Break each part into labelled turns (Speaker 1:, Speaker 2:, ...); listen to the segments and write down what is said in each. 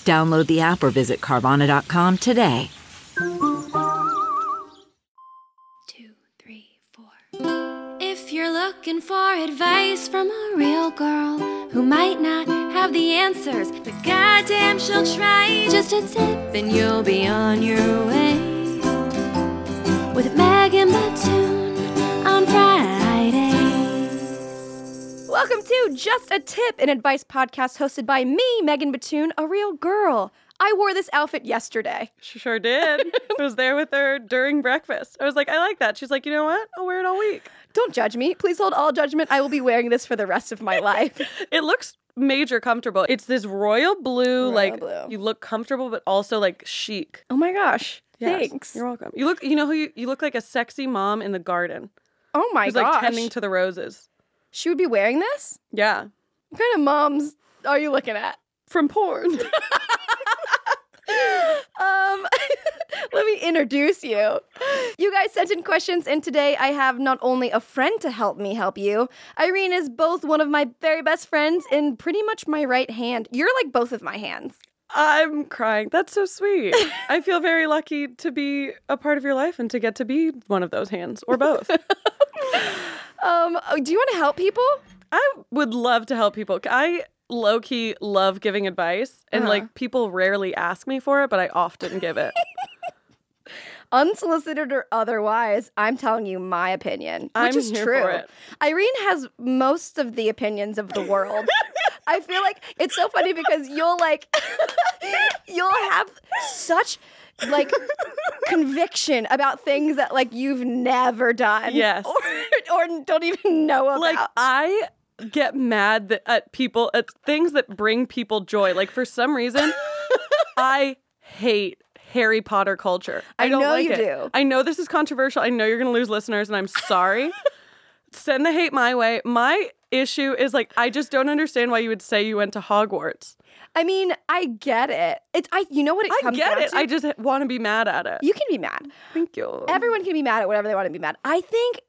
Speaker 1: Download the app or visit Carvana.com today.
Speaker 2: two, three, four. If you're looking for advice from a real girl who might not have the answers, but goddamn, she'll try. Just a tip and you'll be on your way. With Meg and Batoon on Fridays.
Speaker 3: Welcome to Just a Tip, an advice podcast hosted by me, Megan Batoon, a real girl. I wore this outfit yesterday.
Speaker 4: She sure did. I was there with her during breakfast. I was like, I like that. She's like, you know what? I'll wear it all week.
Speaker 3: Don't judge me. Please hold all judgment. I will be wearing this for the rest of my life.
Speaker 4: It looks major comfortable. It's this royal blue, like
Speaker 3: blue.
Speaker 4: you look comfortable, but also like chic.
Speaker 3: Oh my gosh.
Speaker 4: Yes,
Speaker 3: Thanks.
Speaker 4: You're welcome. You look, you know who you, you look like a sexy mom in the garden
Speaker 3: Oh my
Speaker 4: who's
Speaker 3: gosh.
Speaker 4: like tending to the roses.
Speaker 3: she would be wearing this?
Speaker 4: Yeah.
Speaker 3: What kind of moms are you looking at? From porn. um, let me introduce you. You guys sent in questions, and today I have not only a friend to help me help you, Irene is both one of my very best friends and pretty much my right hand. You're like both of my hands.
Speaker 4: I'm crying. That's so sweet. I feel very lucky to be a part of your life and to get to be one of those hands or both.
Speaker 3: Um, oh, do you want to help people?
Speaker 4: I would love to help people. I low key love giving advice, and
Speaker 3: Uh-huh.
Speaker 4: like people rarely ask me for it, but I often give it.
Speaker 3: Unsolicited or otherwise, I'm telling you my opinion, which
Speaker 4: I'm
Speaker 3: is
Speaker 4: here
Speaker 3: true.
Speaker 4: for it.
Speaker 3: Irene has most of the opinions of the world. I feel like it's so funny because you'll like you'll have such like conviction about things that like you've never done.
Speaker 4: Yes.
Speaker 3: Or, or don't even know about.
Speaker 4: Like I get mad that, at people at things that bring people joy. Like for some reason, I hate Harry Potter culture. I,
Speaker 3: I
Speaker 4: don't
Speaker 3: know
Speaker 4: like
Speaker 3: you
Speaker 4: it.
Speaker 3: do.
Speaker 4: I know this is controversial. I know you're going to lose listeners, and I'm sorry. Send the hate my way. My issue is like I just don't understand why you would say you went to Hogwarts.
Speaker 3: I mean, I get it. It's I you know what it
Speaker 4: I
Speaker 3: comes
Speaker 4: get
Speaker 3: down
Speaker 4: it.
Speaker 3: to?
Speaker 4: I just want to be mad at it.
Speaker 3: you can be mad.
Speaker 4: Thank you.
Speaker 3: Everyone can be mad at whatever they want to be mad. I think,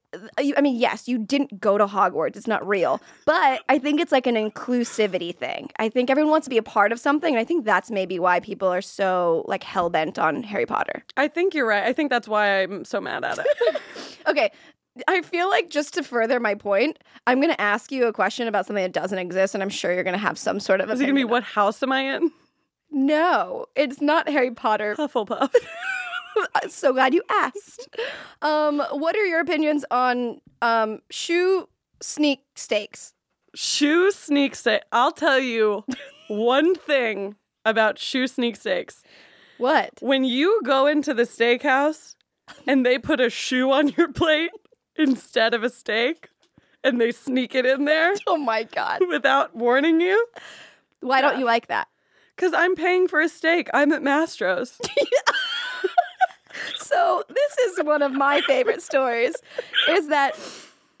Speaker 3: I mean, yes, you didn't go to Hogwarts. It's not real. But I think it's like an inclusivity thing. I think everyone wants to be a part of something. And I think that's maybe why people are so like hell bent on Harry Potter.
Speaker 4: I think you're right. I think that's why I'm so mad at it.
Speaker 3: Okay. I feel like just to further my point, I'm going to ask you a question about something that doesn't exist. And I'm sure you're going to have some sort of.
Speaker 4: Is it gonna be
Speaker 3: opinion.
Speaker 4: what house am I in?
Speaker 3: No, it's not Harry Potter.
Speaker 4: Hufflepuff.
Speaker 3: I'm so glad you asked. Um, what are your opinions on um, shoe sneak steaks?
Speaker 4: shoe sneak steak. I'll tell you one thing about shoe sneak steaks.
Speaker 3: What?
Speaker 4: When you go into the steakhouse and they put a shoe on your plate instead of a steak, and they sneak it in there
Speaker 3: Oh my god.
Speaker 4: without warning you,
Speaker 3: Why don't you like that?
Speaker 4: because I'm paying for a steak. I'm at Mastro's.
Speaker 3: So this is one of my favorite stories is that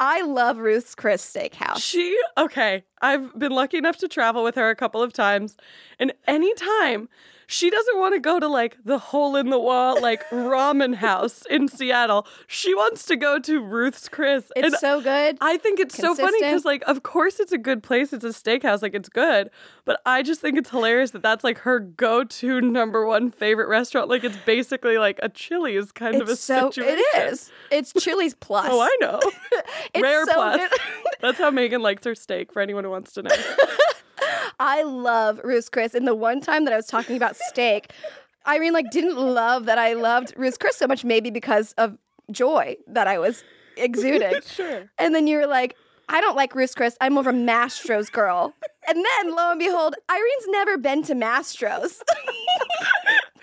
Speaker 3: I love Ruth's Chris Steakhouse.
Speaker 4: She, okay, I've been lucky enough to travel with her a couple of times, and anytime she doesn't want to go to like the hole in the wall, like ramen house in Seattle, she wants to go to Ruth's Chris.
Speaker 3: It's
Speaker 4: and
Speaker 3: so good.
Speaker 4: I think it's so funny
Speaker 3: consistent.
Speaker 4: because, like, of course it's a good place, it's a steakhouse, like, it's good, but I just think it's hilarious that that's like her go to number one favorite restaurant. Like, it's basically like a Chili's kind of a
Speaker 3: it's so
Speaker 4: situation.
Speaker 3: it is. It's Chili's plus.
Speaker 4: Oh, I know.
Speaker 3: It's
Speaker 4: Rare
Speaker 3: so
Speaker 4: plus.
Speaker 3: good.
Speaker 4: That's how Megan likes her steak for anyone who wants to know.
Speaker 3: I love Ruth's Chris. And the one time that I was talking about steak, Irene like didn't love that I loved Ruth's Chris so much, maybe because of joy that I was exuding.
Speaker 4: Sure.
Speaker 3: And then you were like, I don't like Ruth's Chris. I'm over Mastro's girl. And then lo and behold, Irene's never been to Mastro's.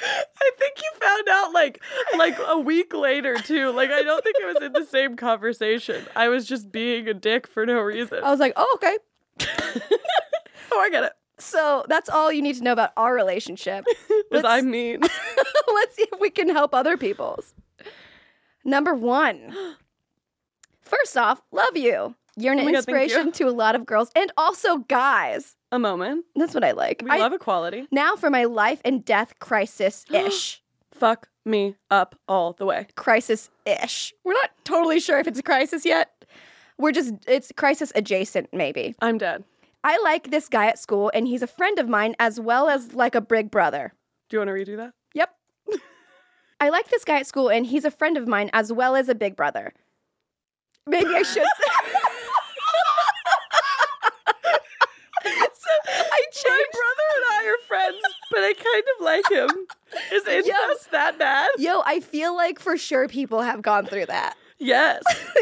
Speaker 4: I think you found out like like a week later too. Like I don't think it was in the same conversation. I was "Oh, just being a dick for no reason.
Speaker 3: I was like, oh, okay.
Speaker 4: oh, I get it.
Speaker 3: So that's all you need to know about our relationship.
Speaker 4: Was
Speaker 3: Let's-
Speaker 4: I mean?
Speaker 3: Let's see if we can help other people's. Number one. First off, love you. You're an
Speaker 4: Oh my God, thank you.
Speaker 3: inspiration to a lot of girls and also guys.
Speaker 4: A moment.
Speaker 3: That's what I like.
Speaker 4: We
Speaker 3: I-
Speaker 4: love equality.
Speaker 3: now for my life and death crisis ish.
Speaker 4: Fuck me up all the way.
Speaker 3: crisis ish. We're not totally sure if it's a crisis yet. We're just, it's crisis adjacent, maybe.
Speaker 4: I'm dead.
Speaker 3: I like this guy at school, and he's a friend of mine as well as like a big brother.
Speaker 4: Do you want to redo that?
Speaker 3: Yep. I like this guy at school, and he's a friend of mine as well as a big brother. Maybe I should. so I
Speaker 4: My
Speaker 3: changed.
Speaker 4: brother and I are friends, but I kind of like him. Is incest that bad?
Speaker 3: Yo, I feel like for sure people have gone through that.
Speaker 4: Yes.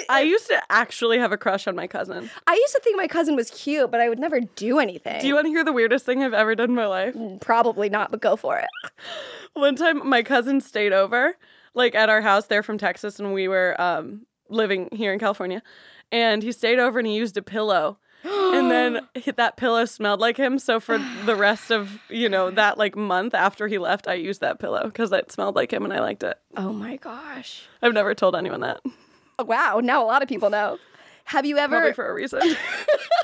Speaker 4: I used to actually have a crush on my cousin.
Speaker 3: I used to think my cousin was cute, but I would never do anything.
Speaker 4: Do you want to hear the weirdest thing I've ever done in my life?
Speaker 3: Mm. Probably not, but go for it.
Speaker 4: One time, my cousin stayed over, like at our house. They're from Texas, and we were um, living here in California. And he stayed over, and he used a pillow. and then he- that pillow smelled like him. So for the rest of you know that like month after he left, I used that pillow because it smelled like him, and I liked it.
Speaker 3: Oh my gosh.
Speaker 4: I've never told anyone that,
Speaker 3: Oh, wow, now a lot of people know. Have you
Speaker 4: probably
Speaker 3: ever
Speaker 4: for a reason.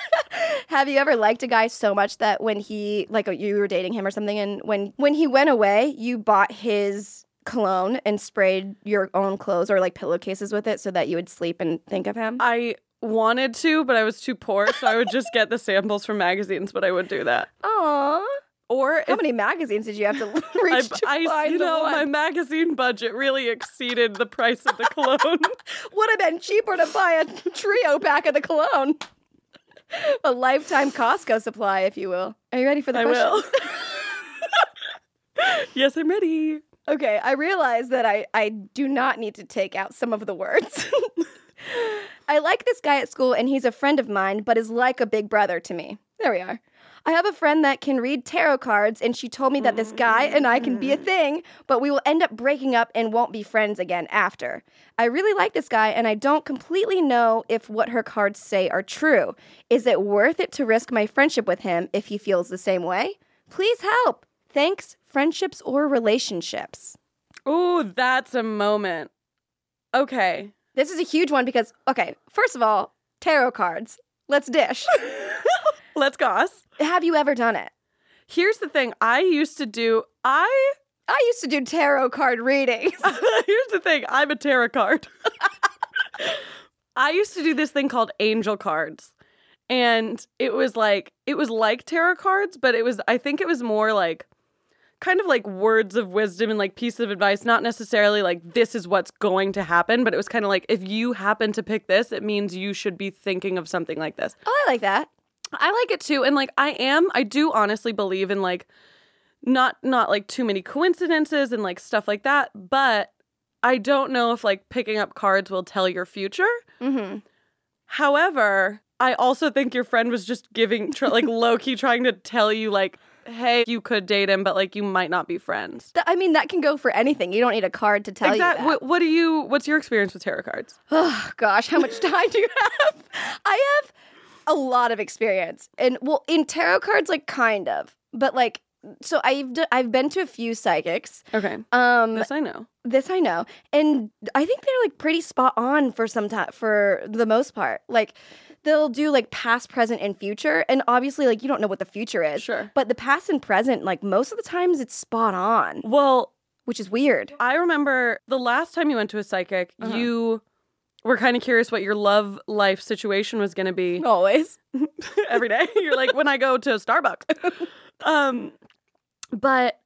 Speaker 3: have you ever liked a guy so much that when he like uh, you were dating him or something and when when he went away, you bought his cologne and sprayed your own clothes or like pillowcases with it so that you would sleep and think of him?
Speaker 4: I wanted to, but I was too poor, so I would just get the samples from magazines. But I would do that.
Speaker 3: Aw.
Speaker 4: Or
Speaker 3: How many magazines did you have to
Speaker 4: I,
Speaker 3: reach to
Speaker 4: I
Speaker 3: find
Speaker 4: you
Speaker 3: the
Speaker 4: know,
Speaker 3: one?
Speaker 4: my magazine budget really exceeded the price of the cologne.
Speaker 3: Would have been cheaper to buy a trio pack of the cologne. a lifetime Costco supply, if you will. Are you ready for the
Speaker 4: I
Speaker 3: question?
Speaker 4: will. yes, I'm ready.
Speaker 3: Okay, I realize that I, I do not need to take out some of the words. I like this guy at school, and he's a friend of mine, but is like a big brother to me. There we are. I have a friend that can read tarot cards, and she told me that this guy and I can be a thing, but we will end up breaking up and won't be friends again after. I really like this guy, and I don't completely know if what her cards say are true. Is it worth it to risk my friendship with him if he feels the same way? Please help. Thanks, friendships or relationships.
Speaker 4: Oh, that's a moment. Okay.
Speaker 3: This is a huge one because, okay, first of all, tarot cards. Let's dish.
Speaker 4: Let's goss.
Speaker 3: Have you ever done it?
Speaker 4: Here's the thing. I used to do I
Speaker 3: I used to do tarot card readings.
Speaker 4: Here's the thing. I'm a tarot card. I used to do this thing called angel cards. And it was like it was like tarot cards, but it was I think it was more like kind of like words of wisdom and like pieces of advice, not necessarily like this is what's going to happen, but it was kind of like if you happen to pick this, it means you should be thinking of something like this.
Speaker 3: Oh, I like that.
Speaker 4: I like it too. And like I am, I do honestly believe in like not not like too many coincidences and like stuff like that, but I don't know if like picking up cards will tell your future.
Speaker 3: Mm-hmm.
Speaker 4: However, I also think your friend was just giving tr- like low key trying to tell you like hey, you could date him, but like you might not be friends.
Speaker 3: I mean, that can go for anything. You don't need a card to tell
Speaker 4: Exact-
Speaker 3: you that.
Speaker 4: What, what do you what's your experience with tarot cards?
Speaker 3: Oh gosh, how much time do you have? I have a lot of experience, and well, in tarot cards, like kind of, but like, so I've d- I've been to a few psychics.
Speaker 4: Okay.
Speaker 3: Um,
Speaker 4: This I know.
Speaker 3: This I know, and I think they're like pretty spot on for some time for the most part. Like they'll do like past, present, and future, and obviously like you don't know what the future is,
Speaker 4: Sure.
Speaker 3: But the past and present, like most of the times, it's spot on,
Speaker 4: Well,
Speaker 3: which is weird.
Speaker 4: I remember the last time you went to a psychic,
Speaker 3: Uh-huh.
Speaker 4: you were kind of curious what your love life situation was going to be
Speaker 3: Always,
Speaker 4: every day. You're like, when I go to Starbucks. um, but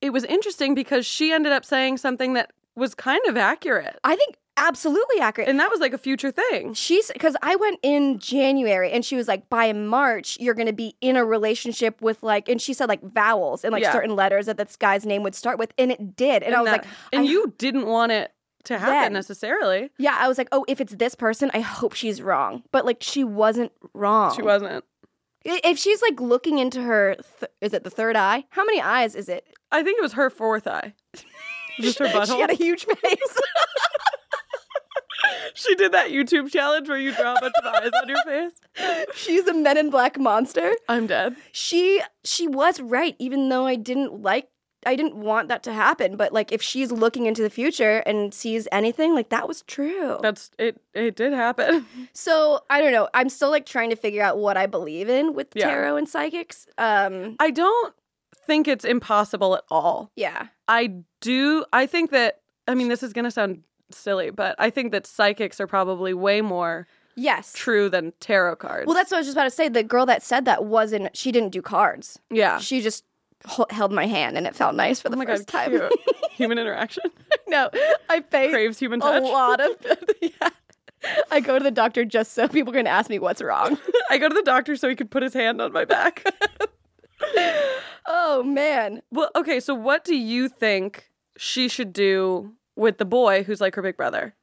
Speaker 4: it was interesting because she ended up saying something that was kind of accurate.
Speaker 3: I think absolutely accurate.
Speaker 4: And that was like a future thing.
Speaker 3: She's because I went in January and she was like, by March, you're going to be in a relationship with like, and she said like vowels and like
Speaker 4: Yeah.
Speaker 3: certain letters that this guy's name would start with. And it did. And, I was
Speaker 4: that-
Speaker 3: like,
Speaker 4: and
Speaker 3: I-
Speaker 4: you didn't want it to happen
Speaker 3: Then.
Speaker 4: necessarily.
Speaker 3: yeah, I was like, oh, if it's this person, I hope she's wrong. But like, she wasn't wrong.
Speaker 4: She wasn't.
Speaker 3: I- If she's like looking into her, th- is it the third eye? How many eyes is it?
Speaker 4: I think it was her fourth eye. Just her
Speaker 3: she had a
Speaker 4: butthole.
Speaker 3: huge face.
Speaker 4: She did that YouTube challenge where you draw a bunch of eyes on your face.
Speaker 3: She's a Men in Black monster.
Speaker 4: I'm dead.
Speaker 3: She she was right, even though I didn't like I didn't want that to happen. But like if she's looking into the future and sees anything, like that was true.
Speaker 4: That's it. It did happen.
Speaker 3: so I don't know. I'm still like trying to figure out what I believe in with
Speaker 4: Yeah.
Speaker 3: tarot and psychics. Um
Speaker 4: I don't think it's impossible at all.
Speaker 3: yeah.
Speaker 4: I do. I think that. I mean, this is gonna sound silly, but I think that psychics are probably way more
Speaker 3: Yes.
Speaker 4: true than tarot cards.
Speaker 3: Well, that's what I was just about to say. The girl that said that wasn't she didn't do cards.
Speaker 4: yeah.
Speaker 3: She just h- held my hand and it felt nice for the
Speaker 4: Oh my god,
Speaker 3: first time.
Speaker 4: cute. human interaction
Speaker 3: no, I paid
Speaker 4: craves human
Speaker 3: a
Speaker 4: touch.
Speaker 3: lot of yeah. I go to the doctor just so people can ask me what's wrong.
Speaker 4: I go to the doctor so he could put his hand on my back.
Speaker 3: Oh man.
Speaker 4: well, okay. So, what do you think she should do with the boy who's like her big brother?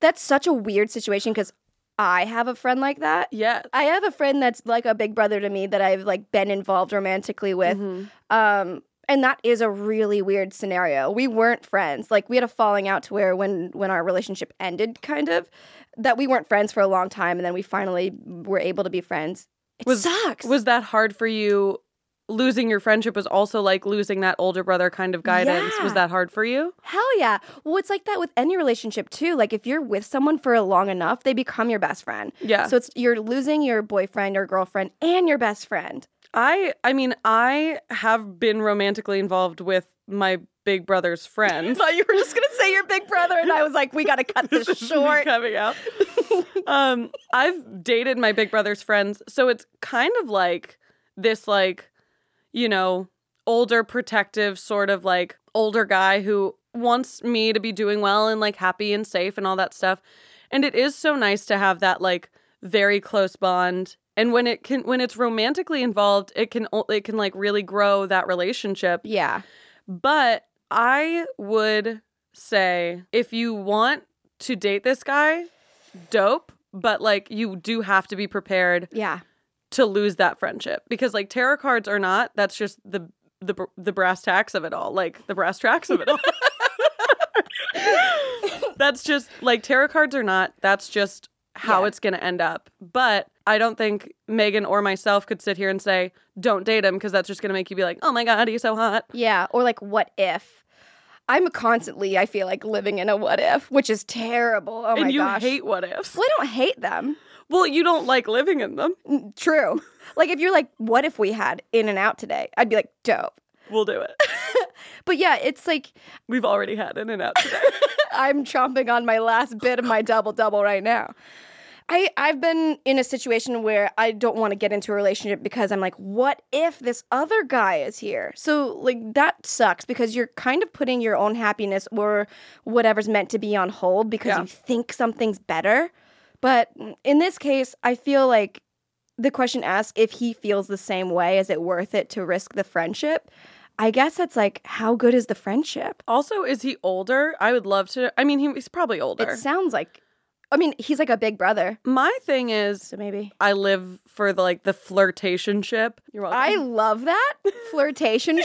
Speaker 3: That's such a weird situation cuz I have a friend like that.
Speaker 4: Yeah.
Speaker 3: I have a friend that's like a big brother to me that I've like been involved romantically with.
Speaker 4: Mm-hmm.
Speaker 3: Um and that is a really weird scenario. We weren't friends. Like we had a falling out to where when when our relationship ended kind of that we weren't friends for a long time and then we finally were able to be friends. It
Speaker 4: Was-
Speaker 3: sucks.
Speaker 4: Was that hard for you? Losing your friendship was also like losing that older brother kind of guidance. Was
Speaker 3: Yeah.
Speaker 4: that hard for you?
Speaker 3: Hell yeah. Well, it's like that with any relationship too. Like if you're with someone for long enough, they become your best friend.
Speaker 4: Yeah.
Speaker 3: So it's you're losing your boyfriend or girlfriend and your best friend.
Speaker 4: I I mean, I have been romantically involved with my big brother's friends.
Speaker 3: thought you were just gonna say your big brother, and I was like, we gotta cut this
Speaker 4: This is me coming out. um, I've dated my big brother's friends, so it's kind of like this, like you know, older protective sort of like older guy who wants me to be doing well and like happy and safe and all that stuff. And it is so nice to have that like very close bond. And when it can, when it's romantically involved, it can o- it can like really grow that relationship.
Speaker 3: Yeah.
Speaker 4: But I would say if you want to date this guy, dope, but like you do have to be prepared
Speaker 3: Yeah.
Speaker 4: to lose that friendship because like tarot cards are not that's just the the br- the brass tacks of it all, like the brass tracks of it all. that's just like tarot cards are not that's just how
Speaker 3: Yeah.
Speaker 4: it's going to end up. But I don't think Megan or myself could sit here and say don't date him because that's just going to make you be like, "Oh my god, he's so hot."
Speaker 3: Yeah. Or like, what if? I'm constantly, I feel like, living in a what if, which is terrible. Oh my
Speaker 4: and you
Speaker 3: gosh.
Speaker 4: hate what ifs.
Speaker 3: well, I don't hate them.
Speaker 4: Well, you don't like living in them.
Speaker 3: True. Like, if you're like, what if we had In and Out today? I'd be like, dope.
Speaker 4: We'll do it.
Speaker 3: But yeah, it's like
Speaker 4: We've already had In and Out today.
Speaker 3: I'm chomping on my last bit of my double double right now. I, I've been in a situation where I don't want to get into a relationship because I'm like, what if this other guy is here? So, like, that sucks because you're kind of putting your own happiness or whatever's meant to be on hold because
Speaker 4: Yeah.
Speaker 3: you think something's better. But in this case, I feel like the question asks if he feels the same way. Is it worth it to risk the friendship? I guess it's like, how good is the friendship?
Speaker 4: also, is he older? I would love to. I mean, he, he's probably older.
Speaker 3: It sounds like, I mean, he's like a big brother,
Speaker 4: My thing is,
Speaker 3: so maybe.
Speaker 4: I live for the like the flirtationship. You're welcome.
Speaker 3: I love that flirtationship.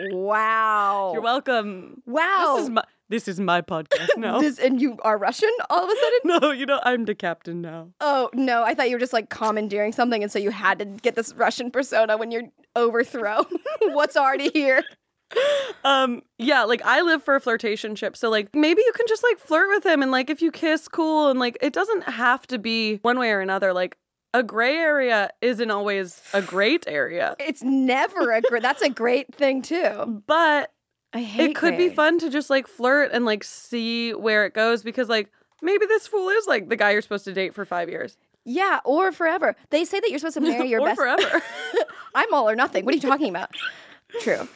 Speaker 3: wow.
Speaker 4: You're welcome.
Speaker 3: Wow.
Speaker 4: This is my this is my podcast now.
Speaker 3: This- and you are Russian all of a sudden?
Speaker 4: no, you know I'm the captain now.
Speaker 3: Oh no, I thought you were just like commandeering something, and so you had to get this Russian persona when you're overthrow what's already here.
Speaker 4: Um, yeah, like I live for a flirtationship. So like maybe you can just like flirt with him and like if you kiss, cool, and like it doesn't have to be one way or another. Like a gray area isn't always a great area.
Speaker 3: It's never a great. That's a great thing too.
Speaker 4: But
Speaker 3: I hate.
Speaker 4: it could be
Speaker 3: grades.
Speaker 4: fun to just like flirt and like see where it goes because like maybe this fool is like the guy you're supposed to date for five years
Speaker 3: Yeah, or forever. They say that you're supposed to marry your
Speaker 4: or
Speaker 3: best.
Speaker 4: forever.
Speaker 3: I'm all or nothing. What are you talking about? True.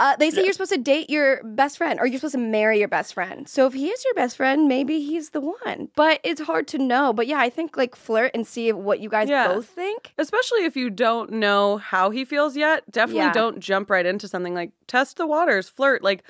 Speaker 3: Uh, they say you're supposed to date your best friend or you're supposed to marry your best friend. So if he is your best friend, maybe he's the one. But it's hard to know. But yeah, I think like flirt and see what you guys
Speaker 4: Yeah.
Speaker 3: both think.
Speaker 4: Especially if you don't know how he feels yet, definitely
Speaker 3: Yeah.
Speaker 4: don't jump right into something like test the waters, flirt. Like,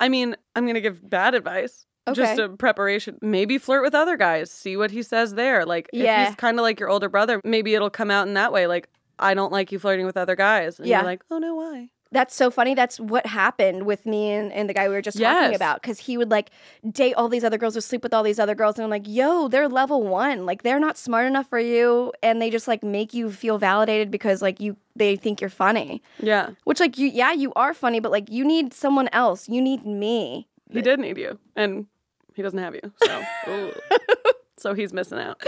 Speaker 4: I mean, I'm gonna give bad advice. Just
Speaker 3: Okay.
Speaker 4: a preparation. Maybe flirt with other guys, see what he says there. Like, if
Speaker 3: Yeah.
Speaker 4: he's kind of like your older brother, maybe it'll come out in that way. Like, I don't like you flirting with other guys. And
Speaker 3: Yeah.
Speaker 4: you're like, oh no, why?
Speaker 3: That's so funny. That's what happened with me and, and the guy we were just talking
Speaker 4: Yes.
Speaker 3: about. Because he would like date all these other girls or sleep with all these other girls. And I'm like, yo, they're level one. Like they're not smart enough for you. And they just like make you feel validated because like you they think you're funny.
Speaker 4: Yeah.
Speaker 3: Which like you yeah, you are funny, but like you need someone else. You need me.
Speaker 4: He did need you, and he doesn't have you. So, Ooh. so he's missing out.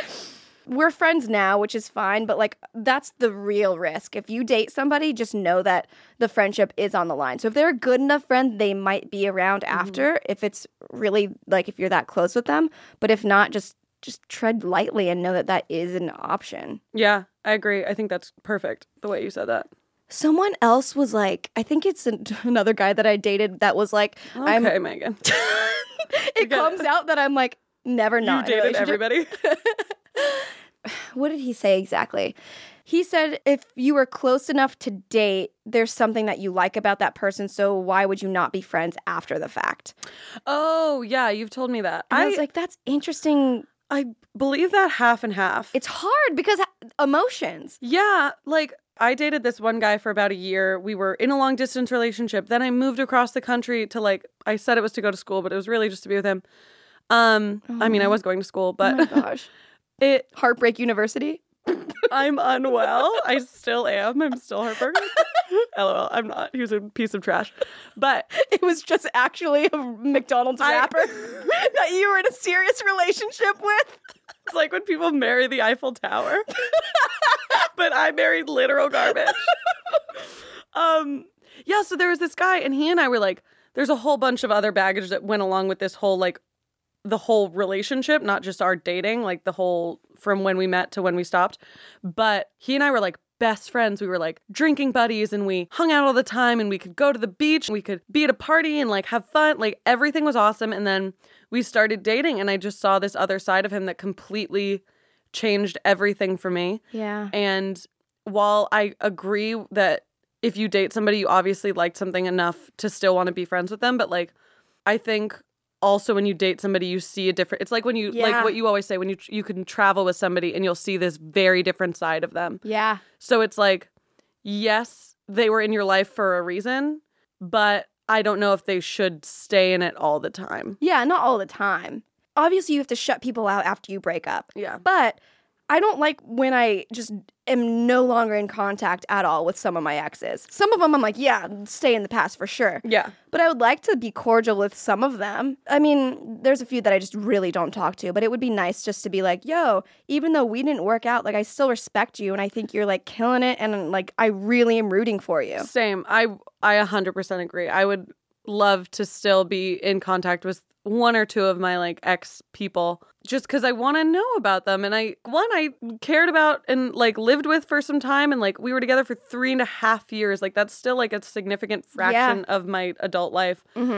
Speaker 3: We're friends now, which is fine, but like that's the real risk. If you date somebody, just know that the friendship is on the line. So if they're a good enough friend, they might be around
Speaker 4: Mm-hmm.
Speaker 3: after if it's really like if you're that close with them, but if not, just just tread lightly and know that that is an option.
Speaker 4: Yeah, I agree. I think that's perfect the way you said that.
Speaker 3: Someone else was like, I think it's an- another guy that I dated that was like, I'm
Speaker 4: Okay, Megan.
Speaker 3: it comes out that I'm like never
Speaker 4: You
Speaker 3: not in a
Speaker 4: dated
Speaker 3: relationship.
Speaker 4: everybody.
Speaker 3: what did he say exactly? He said if you were close enough to date, there's something that you like about that person, so why would you not be friends after the fact?
Speaker 4: oh yeah, you've told me that.
Speaker 3: And I,
Speaker 4: I
Speaker 3: was like, that's interesting.
Speaker 4: I believe that half and half.
Speaker 3: It's hard because emotions.
Speaker 4: Yeah, like I dated this one guy for about a year. We were in a long distance relationship. Then I moved across the country to like I said it was to go to school, but it was really just to be with him. Um, I mean, I was going to school,
Speaker 3: Oh my
Speaker 4: but
Speaker 3: gosh.
Speaker 4: it
Speaker 3: Heartbreak University.
Speaker 4: I'm unwell. I still am. I'm still heartbroken. LOL, I'm not. He was a piece of trash. But
Speaker 3: It was just actually a McDonald's
Speaker 4: I-
Speaker 3: rapper that you were in a serious relationship with.
Speaker 4: it's like when people marry the Eiffel Tower. but I married literal garbage. um yeah, so there was this guy and he and I were like there's a whole bunch of other baggage that went along with this whole like the whole relationship, not just our dating, like the whole from when we met to when we stopped. But he and I were like best friends. We were like drinking buddies and we hung out all the time and we could go to the beach and we could be at a party and like have fun. Like everything was awesome. And then we started dating and I just saw this other side of him that completely changed everything for me.
Speaker 3: Yeah.
Speaker 4: And while I agree that if you date somebody, you obviously liked something enough to still want to be friends with them, but like I think also when you date somebody, you see a different. It's like when you
Speaker 3: Yeah.
Speaker 4: like what you always say when you you can travel with somebody and you'll see this very different side of them.
Speaker 3: Yeah.
Speaker 4: So it's like, yes, they were in your life for a reason, but I don't know if they should stay in it all the time.
Speaker 3: Yeah, not all the time. Obviously, you have to shut people out after you break up.
Speaker 4: Yeah.
Speaker 3: But I don't like when I just am no longer in contact at all with some of my exes. Some of them I'm like, yeah, stay in the past for sure.
Speaker 4: Yeah.
Speaker 3: But I would like to be cordial with some of them. I mean, there's a few that I just really don't talk to, but it would be nice just to be like, yo, even though we didn't work out, like I still respect you and I think you're like killing it and like I really am rooting for you.
Speaker 4: Same. I I 100% agree. I would love to still be in contact with one or two of my like ex people just cuz I want to know about them and I one I cared about and like lived with for some time and like we were together for three and a half years like that's still like a significant fraction of my adult life all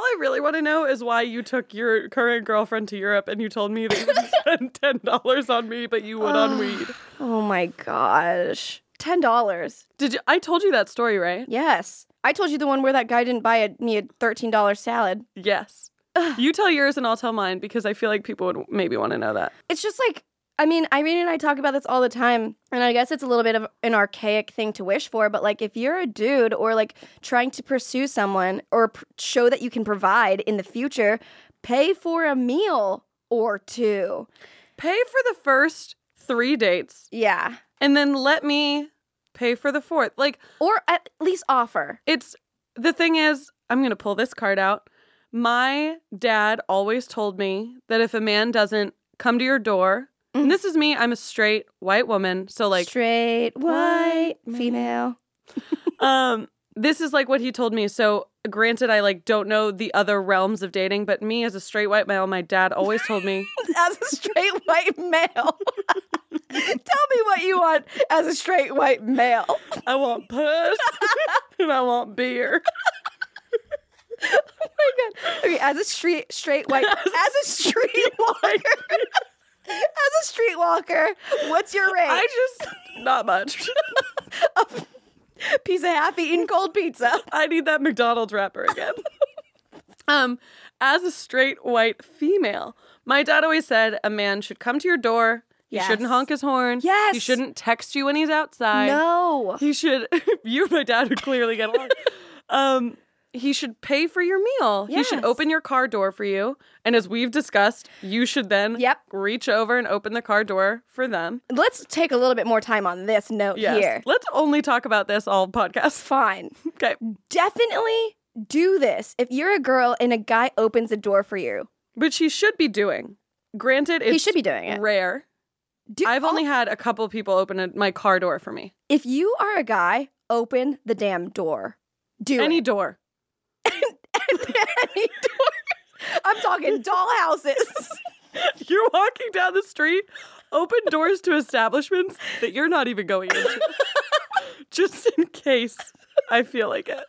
Speaker 4: I really want to know is why you took your current girlfriend to Europe and you told me that you would spend ten dollars on me but you would on weed
Speaker 3: Oh my gosh. $10.
Speaker 4: did you I told you that story right
Speaker 3: Yes. I told you the one where that guy didn't buy a, me a $13 salad.
Speaker 4: Yes. You tell yours and I'll tell mine because I feel like people would maybe want to know that.
Speaker 3: It's just like, I mean, Irene and I talk about this all the time, and I guess it's a little bit of an archaic thing to wish for, but like if you're a dude or like trying to pursue someone or pr- show that you can provide in the future, pay for a meal or two.
Speaker 4: Pay for the first three dates
Speaker 3: Yeah.
Speaker 4: and then let me pay for the fourth. Like,
Speaker 3: Or at least offer.
Speaker 4: it's the thing is, I'm going to pull this card out. My dad always told me that if a man doesn't come to your door, and this is me, I'm a straight white woman. So, like,
Speaker 3: straight, white, female.
Speaker 4: um this is like what he told me so granted i like don't know the other realms of dating but me as a straight white male my dad always told me
Speaker 3: as a straight white male. Tell me what you want as a straight white male.
Speaker 4: I want puss and I want beer.
Speaker 3: Okay, as a street straight white as a street walker. As a street walker, what's your rate?
Speaker 4: I just not much.
Speaker 3: Piece of half-eaten cold pizza.
Speaker 4: I need that McDonald's wrapper again. um, as a straight white female, my dad always said a man should come to your door.
Speaker 3: Yes.
Speaker 4: He shouldn't honk his horn.
Speaker 3: Yes.
Speaker 4: He shouldn't text you when he's outside.
Speaker 3: No.
Speaker 4: He should. you and my dad would clearly get along. um, he should pay for your meal. He
Speaker 3: Yes.
Speaker 4: should open your car door for you. And as we've discussed, you should then
Speaker 3: Yep.
Speaker 4: reach over and open the car door for them.
Speaker 3: Let's take a little bit more time on this note
Speaker 4: Yes.
Speaker 3: here.
Speaker 4: Let's only talk about this all podcast.
Speaker 3: Fine.
Speaker 4: Okay.
Speaker 3: Definitely do this. If you're a girl and a guy opens the door for you,
Speaker 4: Which he should be doing. Granted, it's
Speaker 3: he should be doing it.
Speaker 4: rare.
Speaker 3: Do-
Speaker 4: I've only had a couple people open a, my car door for me.
Speaker 3: If you are a guy, open the damn door. Do
Speaker 4: Any
Speaker 3: it.
Speaker 4: door.
Speaker 3: Any door. I'm talking dollhouses.
Speaker 4: You're walking down the street, open doors to establishments that you're not even going into. Just in case I feel like it.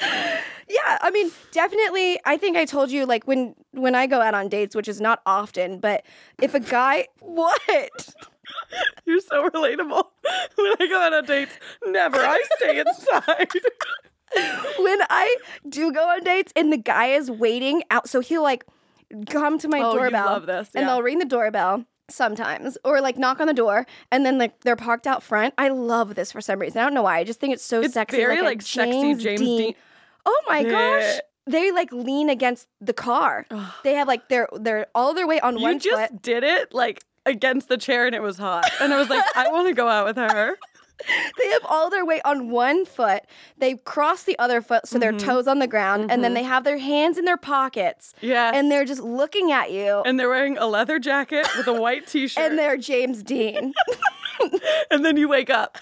Speaker 3: yeah, I mean, definitely. I think I told you like when when I go out on dates, which is not often, but if a guy what?
Speaker 4: You're so relatable. When I go out on dates, never. I stay inside.
Speaker 3: when I do go on dates and the guy is waiting out, so he'll like come to my
Speaker 4: Oh, you
Speaker 3: doorbell.
Speaker 4: love this,
Speaker 3: And
Speaker 4: yeah.
Speaker 3: they'll ring the doorbell sometimes or like knock on the door and then like they're parked out front. I love this for some reason. I don't know why. I just think it's so
Speaker 4: It's
Speaker 3: sexy.
Speaker 4: very,
Speaker 3: a
Speaker 4: like, sexy James Dean.
Speaker 3: Oh my gosh.
Speaker 4: Yeah.
Speaker 3: They like lean against the car. they have like their their all their weight on
Speaker 4: You
Speaker 3: one
Speaker 4: just
Speaker 3: foot.
Speaker 4: did it like against the chair and it was hot. And I was like, I want to go out with her.
Speaker 3: They have all their weight on one foot. They cross the other foot so
Speaker 4: Mm-hmm.
Speaker 3: their toes on the ground and then they have their hands in their pockets.
Speaker 4: Yes.
Speaker 3: and they're just looking at you and,
Speaker 4: and they're wearing a leather jacket with a white t-shirt.
Speaker 3: they're James Dean.
Speaker 4: and then you wake up.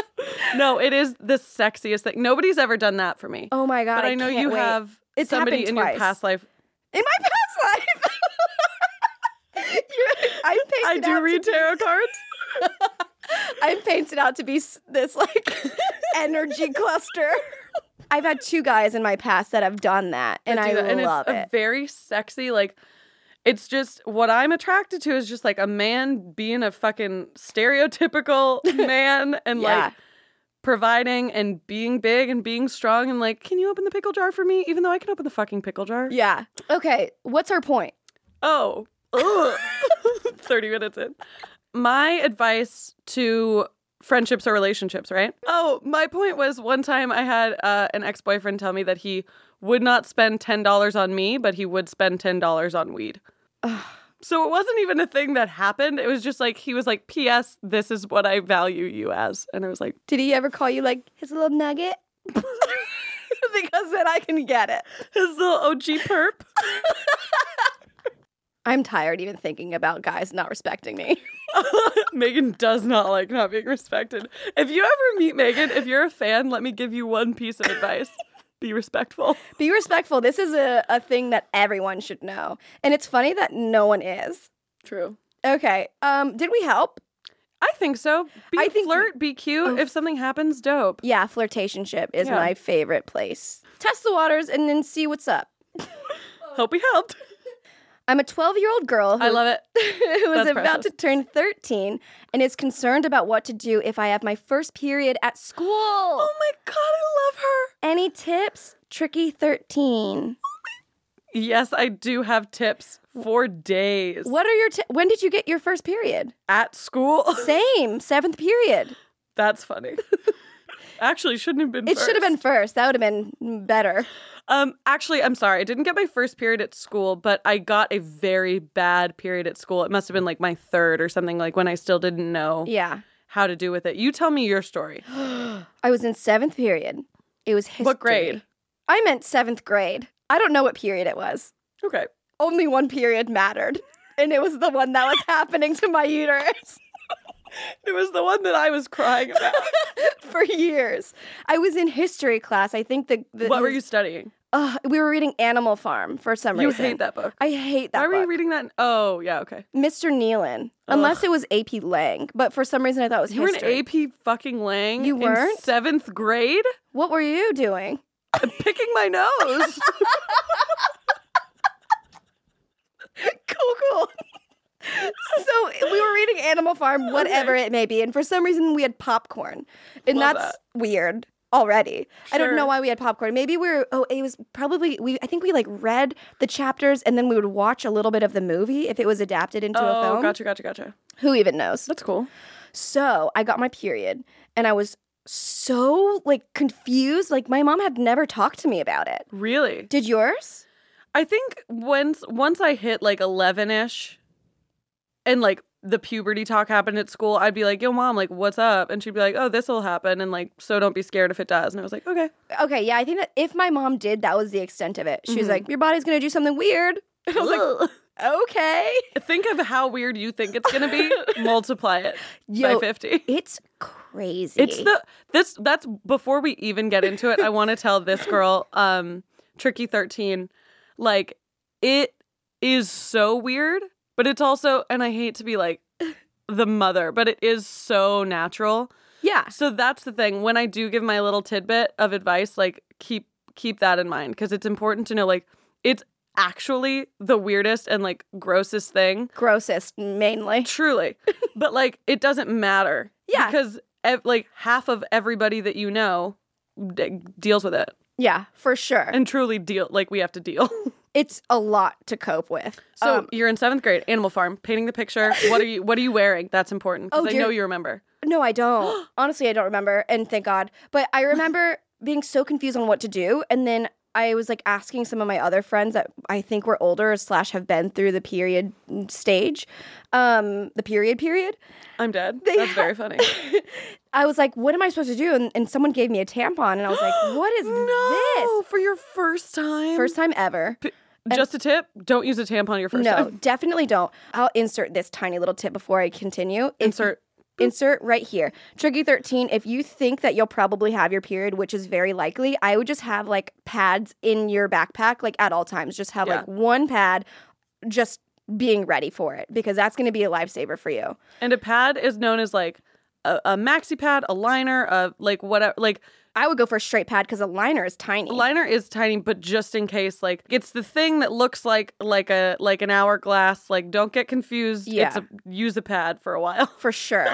Speaker 4: no, it is the sexiest thing. Nobody's ever done that for me.
Speaker 3: Oh my god!
Speaker 4: but I, know
Speaker 3: can't
Speaker 4: you
Speaker 3: wait.
Speaker 4: have
Speaker 3: It's
Speaker 4: somebody
Speaker 3: happened
Speaker 4: in
Speaker 3: twice.
Speaker 4: your past life.
Speaker 3: In my past life. You're- I'm painted
Speaker 4: I
Speaker 3: out
Speaker 4: do
Speaker 3: to
Speaker 4: read
Speaker 3: be-
Speaker 4: tarot cards.
Speaker 3: I'm painted out to be s- this like energy cluster. I've had two guys in my past that have done that, and I,
Speaker 4: do that, and
Speaker 3: love
Speaker 4: it's a
Speaker 3: it.
Speaker 4: very sexy like it's just what I'm attracted to is just like a man being a fucking stereotypical man and
Speaker 3: Yeah.
Speaker 4: like providing and being big and being strong and like can you open the pickle jar for me even though I can open the fucking pickle jar.
Speaker 3: yeah. Okay. What's our point?
Speaker 4: Oh. Ugh. 30 minutes in. My advice to friendships or relationships, right? Oh, my point was one time I had uh, an ex boyfriend tell me that he would not spend $10 on me, but he would spend $10 on weed. So it wasn't even a thing that happened. It was just like, he was like, P.S., this is what I value you as. And I was like,
Speaker 3: Did he ever call you like his little nugget? because then I can get it.
Speaker 4: his little OG perp.
Speaker 3: I'm tired even thinking about guys not respecting me.
Speaker 4: Megan does not like not being respected. If you ever meet Megan, if you're a fan, let me give you one piece of advice. Be respectful.
Speaker 3: Be respectful. This is a, a thing that everyone should know. And it's funny that no one is.
Speaker 4: True.
Speaker 3: Okay. Um, did we help?
Speaker 4: I think so. Be
Speaker 3: I think-
Speaker 4: flirt, be cute. if something happens, dope.
Speaker 3: Yeah, flirtationship is
Speaker 4: Yeah.
Speaker 3: my favorite place. Test the waters and then see what's up.
Speaker 4: Hope we helped.
Speaker 3: I'm a 12 year old girl who,
Speaker 4: I love it.
Speaker 3: who is
Speaker 4: That's
Speaker 3: about to turn 13 and is concerned about what to do if I have my first period at school.
Speaker 4: Oh my god, I love her.
Speaker 3: Any tips? Tricky 13.
Speaker 4: Yes, I do have tips for days.
Speaker 3: What are your, t- when did you get your first period?
Speaker 4: At school.
Speaker 3: Same, seventh period.
Speaker 4: That's funny. Actually, shouldn't have been.
Speaker 3: It should have
Speaker 4: first.
Speaker 3: been first. That would have been better.
Speaker 4: Um, actually, I'm sorry. I didn't get my first period at school, but I got a very bad period at school. It must have been like my third or something, like when I still didn't know
Speaker 3: Yeah.
Speaker 4: how to do with it. You tell me your story.
Speaker 3: I was in seventh period. It was history.
Speaker 4: What grade?
Speaker 3: I meant seventh grade. I don't know what period it was.
Speaker 4: Okay.
Speaker 3: Only one period mattered. And it was the one that was happening to my uterus
Speaker 4: It was the one that I was crying about.
Speaker 3: for years. I was in history class. I think the, the
Speaker 4: what were you studying?
Speaker 3: Ugh, we were reading Animal Farm for some
Speaker 4: You
Speaker 3: reason.
Speaker 4: hate that book.
Speaker 3: I hate that.
Speaker 4: Why were you
Speaker 3: book.
Speaker 4: reading that? Oh, yeah, okay.
Speaker 3: Mr. Nealon? Unless it was AP Lang, but for some reason I thought it was
Speaker 4: You were
Speaker 3: history.
Speaker 4: an AP fucking Lang.
Speaker 3: You
Speaker 4: in
Speaker 3: weren't?
Speaker 4: seventh grade.
Speaker 3: What were you doing?
Speaker 4: I'm picking my nose.
Speaker 3: cool, cool. so we were reading Animal Farm, whatever it may be, and for some reason we had popcorn, and
Speaker 4: Love
Speaker 3: that's weird. already. I don't
Speaker 4: Sure.
Speaker 3: know why we had popcorn. Maybe we were oh it was probably we I think we like read the chapters and then we would watch a little bit of the movie if it was adapted into a
Speaker 4: Oh,
Speaker 3: film.
Speaker 4: gotcha, gotcha, gotcha.
Speaker 3: Who even knows?
Speaker 4: That's cool.
Speaker 3: So I got my period and I was so like confused. Like my mom had never talked to me about it.
Speaker 4: Really?
Speaker 3: Did yours?
Speaker 4: I think once once I hit like 11 ish and like the puberty talk happened at school, I'd be like, yo, mom, like, what's up? And she'd be like, oh, this will happen. And like, so don't be scared if it does. And I was like, okay.
Speaker 3: Okay, yeah, I think that if my mom did, that was the extent of it. She was like, Your body's gonna do something weird. And I was like, Okay.
Speaker 4: Think of how weird you think it's going to be, multiply it
Speaker 3: Yo,
Speaker 4: by 50.
Speaker 3: It's crazy.
Speaker 4: It's the this that's before we even get into it. I want to tell this girl, um, Tricky Thirteen, like it is so weird, but it's also, and I hate to be like the mother, but it is so natural.
Speaker 3: Yeah.
Speaker 4: So that's the thing. When I do give my little tidbit of advice, like keep keep that in mind because it's important to know. Like it's actually the weirdest and like grossest thing
Speaker 3: Grossest mainly.
Speaker 4: Truly. but like it doesn't matter.
Speaker 3: Yeah.
Speaker 4: Because ev- like half of everybody that you know d- deals with it
Speaker 3: Yeah, for sure.
Speaker 4: and truly deal like we have to deal.
Speaker 3: it's a lot to cope with.
Speaker 4: So
Speaker 3: Um,
Speaker 4: you're in 7th grade, Animal Farm, painting the picture. What are you what are you wearing? That's important cuz
Speaker 3: Oh,
Speaker 4: I
Speaker 3: dear.
Speaker 4: know you remember.
Speaker 3: no, I don't. Honestly, I don't remember, and thank God. But I remember being so confused on what to do, and then I was like asking some of my other friends that I think were older slash have been through the period mm, stage, um, the period period.
Speaker 4: I'm dead. That's very funny.
Speaker 3: I was like, "What am I supposed to do?" And, and someone gave me a tampon, and I was like, "What is
Speaker 4: no, for your first time.
Speaker 3: this? First time ever."
Speaker 4: Just a tip, don't use a tampon your first
Speaker 3: no,
Speaker 4: time.
Speaker 3: definitely don't. I'll insert this tiny little tip before I continue. If-
Speaker 4: Insert.
Speaker 3: Insert right here. Tricky 13, if you think that you'll probably have your period, which is very likely, I would just have like pads in your backpack, like at all times. Just have like
Speaker 4: Yeah.
Speaker 3: one pad just being ready for it because that's going to be a lifesaver for you.
Speaker 4: And a pad is known as like a, a maxi pad, a liner, a like whatever like
Speaker 3: I would go for a straight pad because a liner is tiny.
Speaker 4: liner is tiny but just in case like it's the thing that looks like like a like an hourglass like don't get confused it's
Speaker 3: Yeah.
Speaker 4: a, use a pad for a while
Speaker 3: for sure.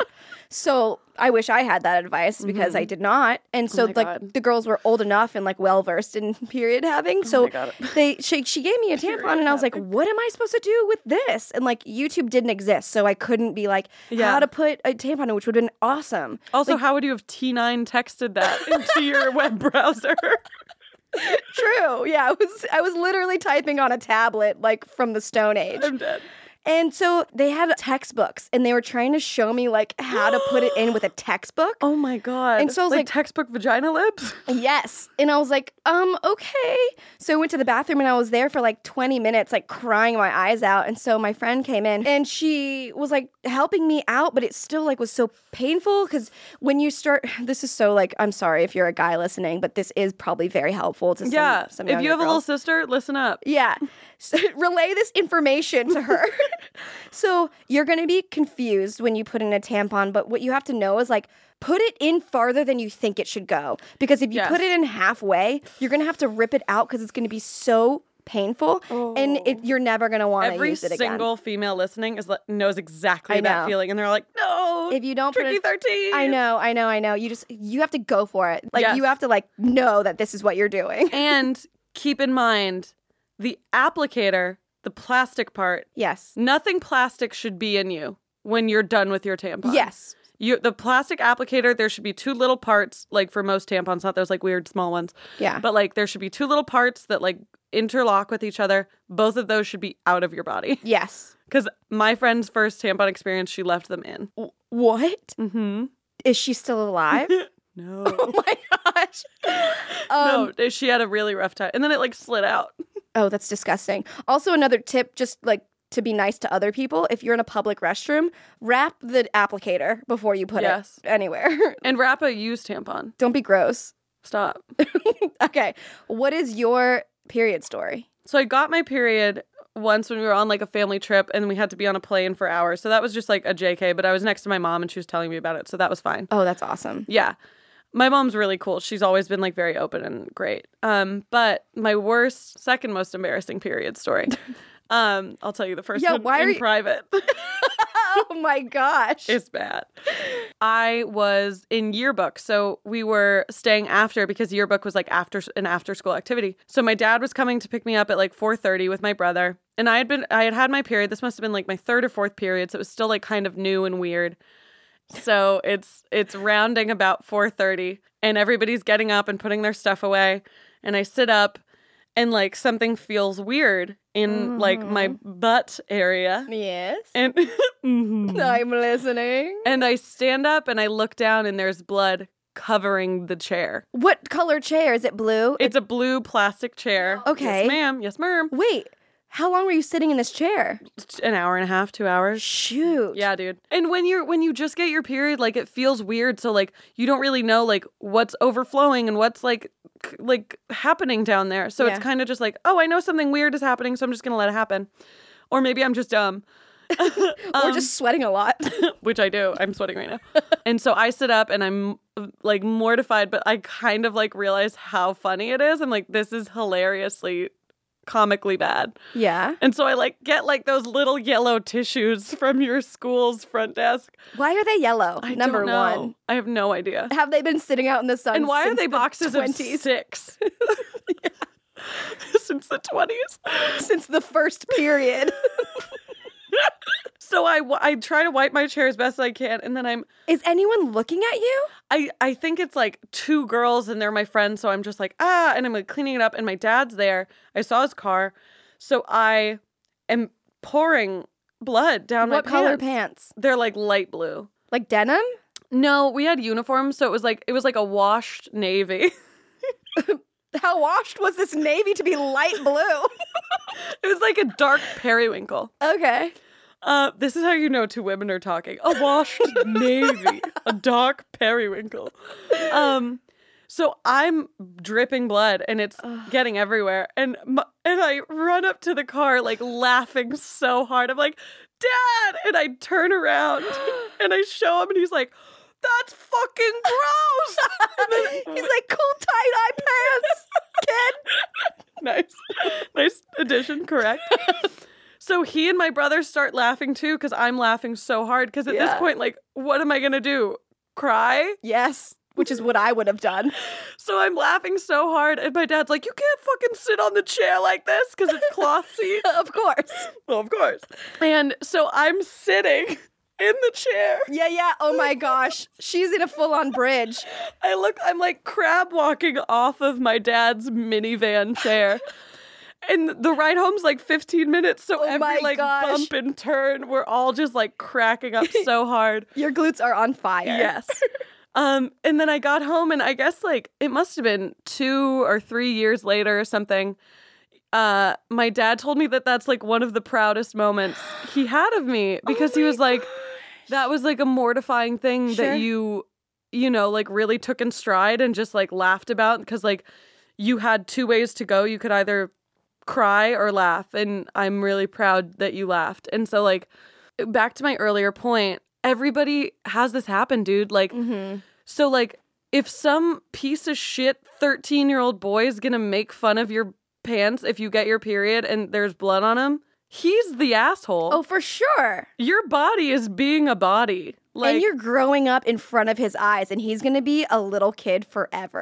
Speaker 3: so I wish I had that advice because I did not. And so
Speaker 4: Mm-hmm. Oh my
Speaker 3: like
Speaker 4: God. Oh
Speaker 3: the girls were old enough and like well versed in period having. So
Speaker 4: God.
Speaker 3: they she, she gave me a tampon and I was like, what am I supposed to do with this? And like YouTube didn't exist, so I couldn't be like how
Speaker 4: Yeah.
Speaker 3: to put a tampon in, which would have been awesome.
Speaker 4: also how would you have t9 texted that into your web browser
Speaker 3: True. Yeah, I was I was literally typing on a tablet like from the Stone Age.
Speaker 4: i'm dead
Speaker 3: And so they had textbooks and they were trying to show me like how to put it in with a textbook.
Speaker 4: oh my god
Speaker 3: And so I was
Speaker 4: like,
Speaker 3: like-
Speaker 4: textbook vagina lips
Speaker 3: Yes. And I was like, um, okay. So I went to the bathroom and I was there for like 20 minutes, like crying my eyes out. And so my friend came in and she was like helping me out, but it still like was so painful because when you start, this is so like, I'm sorry if you're a guy listening, but this is probably very helpful to some,
Speaker 4: yeah
Speaker 3: some
Speaker 4: if you
Speaker 3: younger
Speaker 4: have a little
Speaker 3: girls.
Speaker 4: sister listen up
Speaker 3: Yeah. So, relay this information to her. so you're going to be confused when you put in a tampon, but what you have to know is like, put it in farther than you think it should go. Because if you
Speaker 4: Yes.
Speaker 3: put it in halfway, you're going to have to rip it out because it's going to be so painful and it, you're never going to want to
Speaker 4: Oh. every
Speaker 3: use it again.
Speaker 4: single female listening is like, knows exactly
Speaker 3: I know.
Speaker 4: that feeling and they're like no
Speaker 3: if you don't put
Speaker 4: tricky
Speaker 3: it-
Speaker 4: 13
Speaker 3: I know, I know, I know. You just, you have to go for it. Like,
Speaker 4: Yes.
Speaker 3: you have to, like, know that this is what you're doing.
Speaker 4: and keep in mind the applicator the plastic part
Speaker 3: Yes.
Speaker 4: Nothing plastic should be in you when you're done with your tampon.
Speaker 3: Yes.
Speaker 4: You the plastic applicator, there should be two little parts, like for most tampons, not those like weird small ones.
Speaker 3: Yeah.
Speaker 4: But like there should be two little parts that like interlock with each other. Both of those should be out of your body.
Speaker 3: yes.
Speaker 4: Because my friend's first tampon experience, she left them in.
Speaker 3: What?
Speaker 4: Mm-hmm.
Speaker 3: Is she still alive?
Speaker 4: No.
Speaker 3: oh my gosh. Um,
Speaker 4: no, she had a really rough time. And then it like slid out.
Speaker 3: Oh, that's disgusting. Also, another tip, just like to be nice to other people, if you're in a public restroom, wrap the applicator before you put
Speaker 4: Yes.
Speaker 3: it anywhere.
Speaker 4: And wrap a used tampon.
Speaker 3: Don't be gross.
Speaker 4: Stop.
Speaker 3: Okay. What is your period story?
Speaker 4: So I got my period once when we were on like a family trip and we had to be on a plane for hours. So that was just like a JK, but I was next to my mom and she was telling me about it. So that was fine.
Speaker 3: Oh, that's awesome.
Speaker 4: Yeah. My mom's really cool. She's always been like very open and great. Um, but my worst, second most embarrassing period story. um, I'll tell you the first
Speaker 3: Yeah,
Speaker 4: one
Speaker 3: why are
Speaker 4: in
Speaker 3: you-
Speaker 4: private.
Speaker 3: Oh my gosh.
Speaker 4: It's bad. I was in yearbook. So we were staying after because yearbook was like after an after school activity. So my dad was coming to pick me up at like 4:30 with my brother. And I had been I had had my period. This must have been like my third or fourth period, so it was still like kind of new and weird. So it's it's rounding about 4:30 and everybody's getting up and putting their stuff away and I sit up and like something feels weird in like my butt area.
Speaker 3: Yes.
Speaker 4: And Mhm.
Speaker 3: I'm listening.
Speaker 4: And I stand up and I look down and there's blood covering the chair.
Speaker 3: What color chair? Is it blue?
Speaker 4: It's a blue plastic chair.
Speaker 3: Okay.
Speaker 4: Yes, ma'am. Yes, ma'am.
Speaker 3: Wait, how long were you sitting in this chair?
Speaker 4: An hour and a half, two hours.
Speaker 3: Shoot.
Speaker 4: Yeah, dude. And when you're when you just get your period, like it feels weird. So like you don't really know like what's overflowing and what's like c- like happening down there. So
Speaker 3: Yeah.
Speaker 4: it's kind of just like, oh, I know something weird is happening, so I'm just gonna let it happen. Or maybe I'm just dumb.
Speaker 3: We're just sweating a lot.
Speaker 4: which I do. I'm sweating right now. and so I sit up and I'm like mortified, but I kind of like realize how funny it is. I'm like, this is hilariously comically bad.
Speaker 3: yeah.
Speaker 4: And so I like get like those little yellow tissues from your school's front desk.
Speaker 3: Why are they yellow?
Speaker 4: I
Speaker 3: Number
Speaker 4: don't know.
Speaker 3: one.
Speaker 4: I have no idea.
Speaker 3: Have they been sitting out in the sun?
Speaker 4: And why are
Speaker 3: since
Speaker 4: they
Speaker 3: the
Speaker 4: boxes
Speaker 3: 20s?
Speaker 4: of six? Since the 20s.
Speaker 3: since the first period?
Speaker 4: So I, w- I try to wipe my chair as best I can, and then I'm
Speaker 3: Is anyone looking at you?
Speaker 4: I, I think it's like two girls and they're my friends. So I'm just like, ah, and I'm like cleaning it up. And my dad's there. I saw his car. So I am pouring blood down
Speaker 3: what
Speaker 4: my
Speaker 3: color pants?
Speaker 4: pants. They're like light blue.
Speaker 3: Like denim?
Speaker 4: No, we had uniforms. So it was like, it was like a washed navy.
Speaker 3: How washed was this navy to be light blue?
Speaker 4: it was like a dark periwinkle.
Speaker 3: okay.
Speaker 4: Uh, this is how you know two women are talking. A washed navy, a dark periwinkle. Um, so I'm dripping blood, and it's getting everywhere. And my, and I run up to the car, like laughing so hard. I'm like, "Dad!" And I turn around, and I show him, and he's like, "That's fucking gross." And then-
Speaker 3: He's like cool tight eye pants, kid.
Speaker 4: nice, nice addition, correct? so he and my brother start laughing too because I'm laughing so hard. Because at
Speaker 3: Yeah.
Speaker 4: this point, like, what am I gonna do? Cry?
Speaker 3: Yes, which is what I would have done.
Speaker 4: So I'm laughing so hard, and my dad's like, "You can't fucking sit on the chair like this because it's cloth seat."
Speaker 3: of course.
Speaker 4: well, of course. And so I'm sitting in the chair.
Speaker 3: Yeah, yeah. Oh my gosh. She's in a full on bridge.
Speaker 4: I look, I'm like crab walking off of my dad's minivan chair. And the ride home's like 15 minutes, so
Speaker 3: Oh my
Speaker 4: every like
Speaker 3: gosh.
Speaker 4: bump and turn, we're all just like cracking up so hard.
Speaker 3: Your glutes are on fire.
Speaker 4: yes. Um, and then I got home, and I guess like it must have been two or three years later or something. Uh, my dad told me that that's like one of the proudest moments he had of me because he was like, that was like a mortifying thing
Speaker 3: Sure.
Speaker 4: that you, you know, like really took in stride and just like laughed about because like you had two ways to go. You could either cry or laugh, and I'm really proud that you laughed. And so like back to my earlier point, everybody has this happen, dude. Like,
Speaker 3: Mm-hmm.
Speaker 4: so like if some piece of shit 13 year old boy is gonna make fun of your pants if you get your period and there's blood on him, he's the asshole.
Speaker 3: Oh, for sure.
Speaker 4: Your body is being a body. Like
Speaker 3: and you're growing up in front of his eyes, and he's going to be a little kid forever.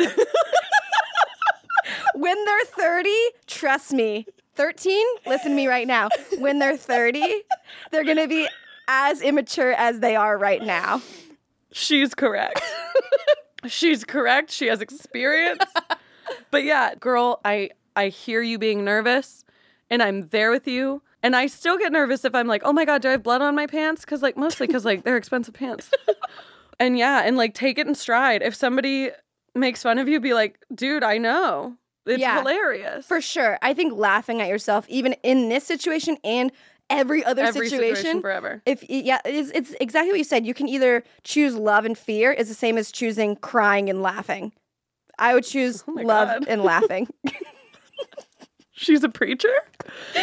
Speaker 3: when they're 30, trust me, 13, listen to me right now. When they're 30, they're going to be as immature as they are right now.
Speaker 4: she's correct. she's correct. She has experience. but yeah, girl, I I hear you being nervous and I'm there with you. And I still get nervous if I'm like, "Oh my god, do I have blood on my pants?" cuz like mostly cuz like they're expensive pants. and yeah, and like take it in stride. If somebody makes fun of you, be like, "Dude, I know." It's
Speaker 3: Yeah.
Speaker 4: hilarious.
Speaker 3: For sure. I think laughing at yourself, even in this situation and every other
Speaker 4: every situation, forever.
Speaker 3: if yeah it's, it's exactly what you said you can either choose love and fear is the same as choosing crying and laughing i would choose
Speaker 4: Oh my
Speaker 3: love
Speaker 4: God.
Speaker 3: and laughing
Speaker 4: She's a preacher?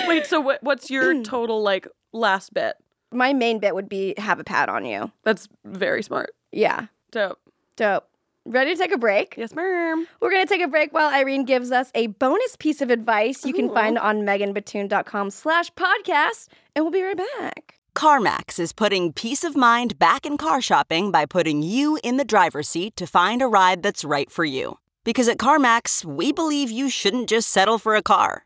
Speaker 4: Wait, so what what's your total like last bit?
Speaker 3: my main bit would be have a pat on you
Speaker 4: That's very smart.
Speaker 3: yeah
Speaker 4: Dope.
Speaker 3: dope ready to take a break
Speaker 4: Yes, ma'am.
Speaker 3: we're gonna take a break while irene gives us a bonus piece of advice you can find on meganbatoon.com slash podcast and we'll be right back
Speaker 5: CarMax is putting peace of mind back in car shopping by putting you in the driver's seat to find a ride that's right for you. Because at CarMax, we believe you shouldn't just settle for a car,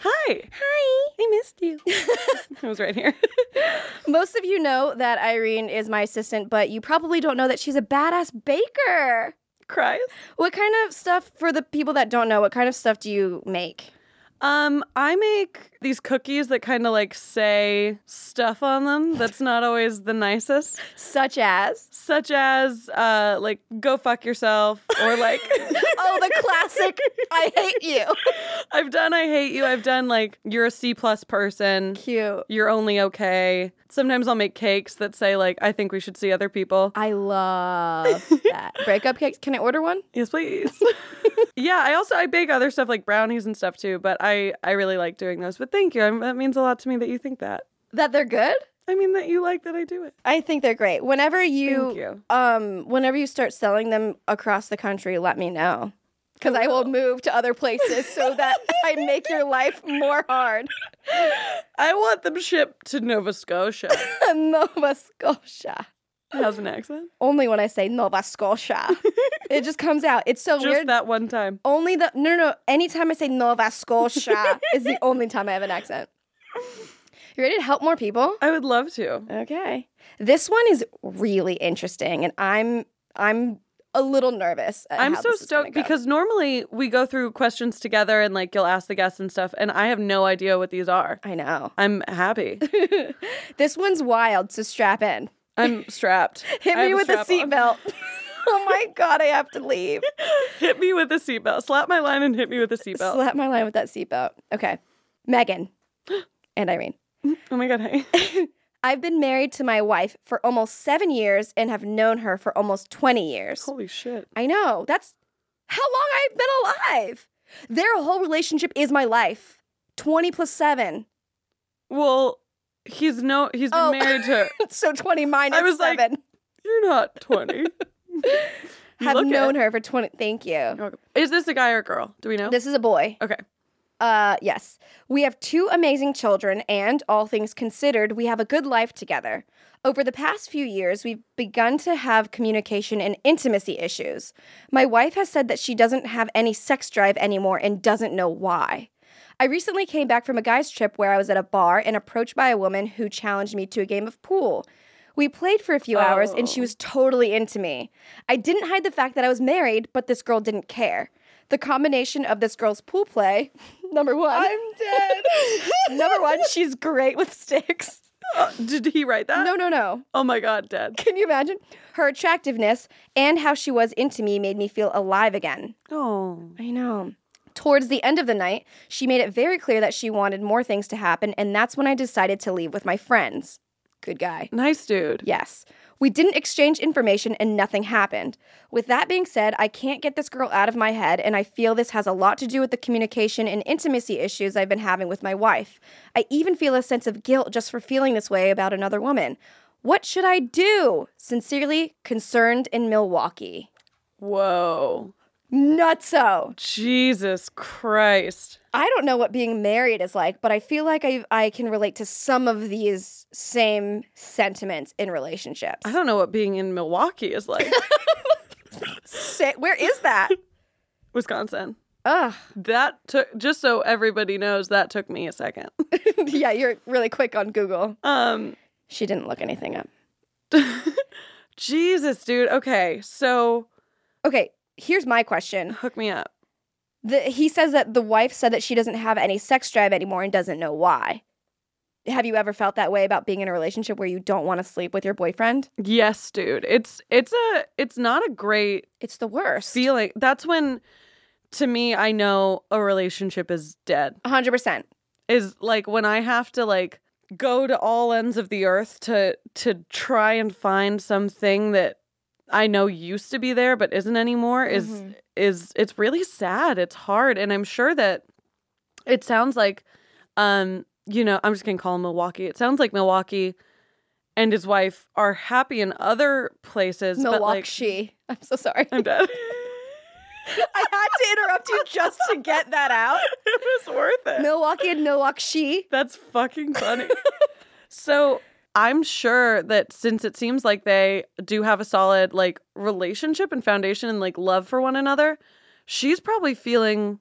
Speaker 4: Hi. Hi. I missed you. I was right here.
Speaker 3: Most of you know that Irene is my assistant, but you probably don't know that she's a badass baker.
Speaker 4: Cries.
Speaker 3: What kind of stuff, for the people that don't know, what kind of stuff do you make?
Speaker 4: Um, I make these cookies that kind of like say stuff on them that's not always the nicest,
Speaker 3: Such as?
Speaker 4: such as uh like go fuck yourself or like
Speaker 3: Oh, the classic, I hate you.
Speaker 4: I've done I hate you. I've done like you're a C plus person.
Speaker 3: Cute.
Speaker 4: You're only okay. Sometimes I'll make cakes that say like I think we should see other people.
Speaker 3: I love that. Breakup cakes. Can I order one?
Speaker 4: Yes, please. yeah, I also I bake other stuff like brownies and stuff too, but I I really like doing those. But thank you. I, that means a lot to me that you think that.
Speaker 3: That they're good?
Speaker 4: I mean that you like that I do it.
Speaker 3: I think they're great. Whenever you,
Speaker 4: Thank you.
Speaker 3: um whenever you start selling them across the country, let me know. Cuz I will move to other places so that I make your life more hard.
Speaker 4: I want them shipped to Nova Scotia.
Speaker 3: Nova Scotia.
Speaker 4: How's an accent?
Speaker 3: Only when I say Nova Scotia. it just comes out. It's so
Speaker 4: Just
Speaker 3: weird.
Speaker 4: that one time.
Speaker 3: only the no no no. Anytime I say Nova Scotia is the only time I have an accent. You ready to help more people?
Speaker 4: I would love to.
Speaker 3: Okay. This one is really interesting, and I'm I'm a little nervous. at
Speaker 4: I'm
Speaker 3: how
Speaker 4: so
Speaker 3: this is gonna
Speaker 4: stoked
Speaker 3: go.
Speaker 4: because normally we go through questions together and like you'll ask the guests and stuff, and I have no idea what these are.
Speaker 3: I know
Speaker 4: I'm happy.
Speaker 3: this one's wild. So strap in.
Speaker 4: I'm strapped.
Speaker 3: Hit
Speaker 4: I have
Speaker 3: me with a
Speaker 4: strap on.
Speaker 3: seatbelt. oh my god, I have to leave.
Speaker 4: Hit me with a seatbelt. Slap my line and hit me with a seatbelt.
Speaker 3: Slap my line with that seatbelt. Okay, Megan and Irene.
Speaker 4: oh my god, hey.
Speaker 3: I've been married to my wife for almost seven years and have known her for almost 20 years.
Speaker 4: Holy shit.
Speaker 3: I know. That's how long I've been alive. Their whole relationship is my life. 20 plus 7.
Speaker 4: Well, he's no he's been
Speaker 3: Oh.
Speaker 4: married to
Speaker 3: So 20 minus
Speaker 4: I was like,
Speaker 3: 7.
Speaker 4: You're not 20.
Speaker 3: have
Speaker 4: look
Speaker 3: known her for 20. Thank you.
Speaker 4: Is this a guy or a girl? Do we know?
Speaker 3: This is a boy.
Speaker 4: okay.
Speaker 3: Uh yes. We have two amazing children and all things considered, we have a good life together. Over the past few years, we've begun to have communication and intimacy issues. My wife has said that she doesn't have any sex drive anymore and doesn't know why. I recently came back from a guy's trip where I was at a bar and approached by a woman who challenged me to a game of pool. We played for a few hours and she was totally into me. I didn't hide the fact that I was married, but this girl didn't care. The combination of this girl's pool play, number one. I'm dead. number one, she's great with sticks.
Speaker 4: Uh, Did he write that?
Speaker 3: No, no, no.
Speaker 4: Oh my god, Dad.
Speaker 3: Can you imagine? Her attractiveness and how she was into me made me feel alive again.
Speaker 4: Oh.
Speaker 3: I know. Towards the end of the night, she made it very clear that she wanted more things to happen, and that's when I decided to leave with my friends. Good guy.
Speaker 4: Nice dude.
Speaker 3: Yes. We didn't exchange information and nothing happened. With that being said, I can't get this girl out of my head, and I feel this has a lot to do with the communication and intimacy issues I've been having with my wife. I even feel a sense of guilt just for feeling this way about another woman. What should I do? Sincerely, concerned in Milwaukee.
Speaker 4: Whoa.
Speaker 3: nutso.
Speaker 4: Jesus Christ.
Speaker 3: I don't know what being married is like, but I feel like I I can relate to some of these same sentiments in relationships.
Speaker 4: I don't know what being in Milwaukee is like.
Speaker 3: Say, where is that?
Speaker 4: Wisconsin.
Speaker 3: Ugh.
Speaker 4: That took just so everybody knows that took me a second.
Speaker 3: yeah, you're really quick on Google.
Speaker 4: Um
Speaker 3: She didn't look anything up.
Speaker 4: Jesus, dude. Okay. So
Speaker 3: Okay, here's my question.
Speaker 4: hook me up.
Speaker 3: The, he says that the wife said that she doesn't have any sex drive anymore and doesn't know why. Have you ever felt that way about being in a relationship where you don't want to sleep with your boyfriend?
Speaker 4: Yes, dude. It's it's a it's not a great
Speaker 3: It's the worst.
Speaker 4: feeling. That's when to me I know a relationship is dead.
Speaker 3: 100%.
Speaker 4: is like when I have to like go to all ends of the earth to to try and find something that I know used to be there but isn't anymore is
Speaker 3: Mhm.
Speaker 4: is it's really sad. It's hard and I'm sure that it sounds like um you know, I'm just going to call him Milwaukee. It sounds like Milwaukee and his wife are happy in other places but like
Speaker 3: Milwaukee. I'm so sorry.
Speaker 4: I'm dead.
Speaker 3: I had to interrupt you just to get that out.
Speaker 4: it was worth it.
Speaker 3: Milwaukee and Milwaukee.
Speaker 4: That's fucking funny. so I'm sure that since it seems like they do have a solid like relationship and foundation and like love for one another, she's probably feeling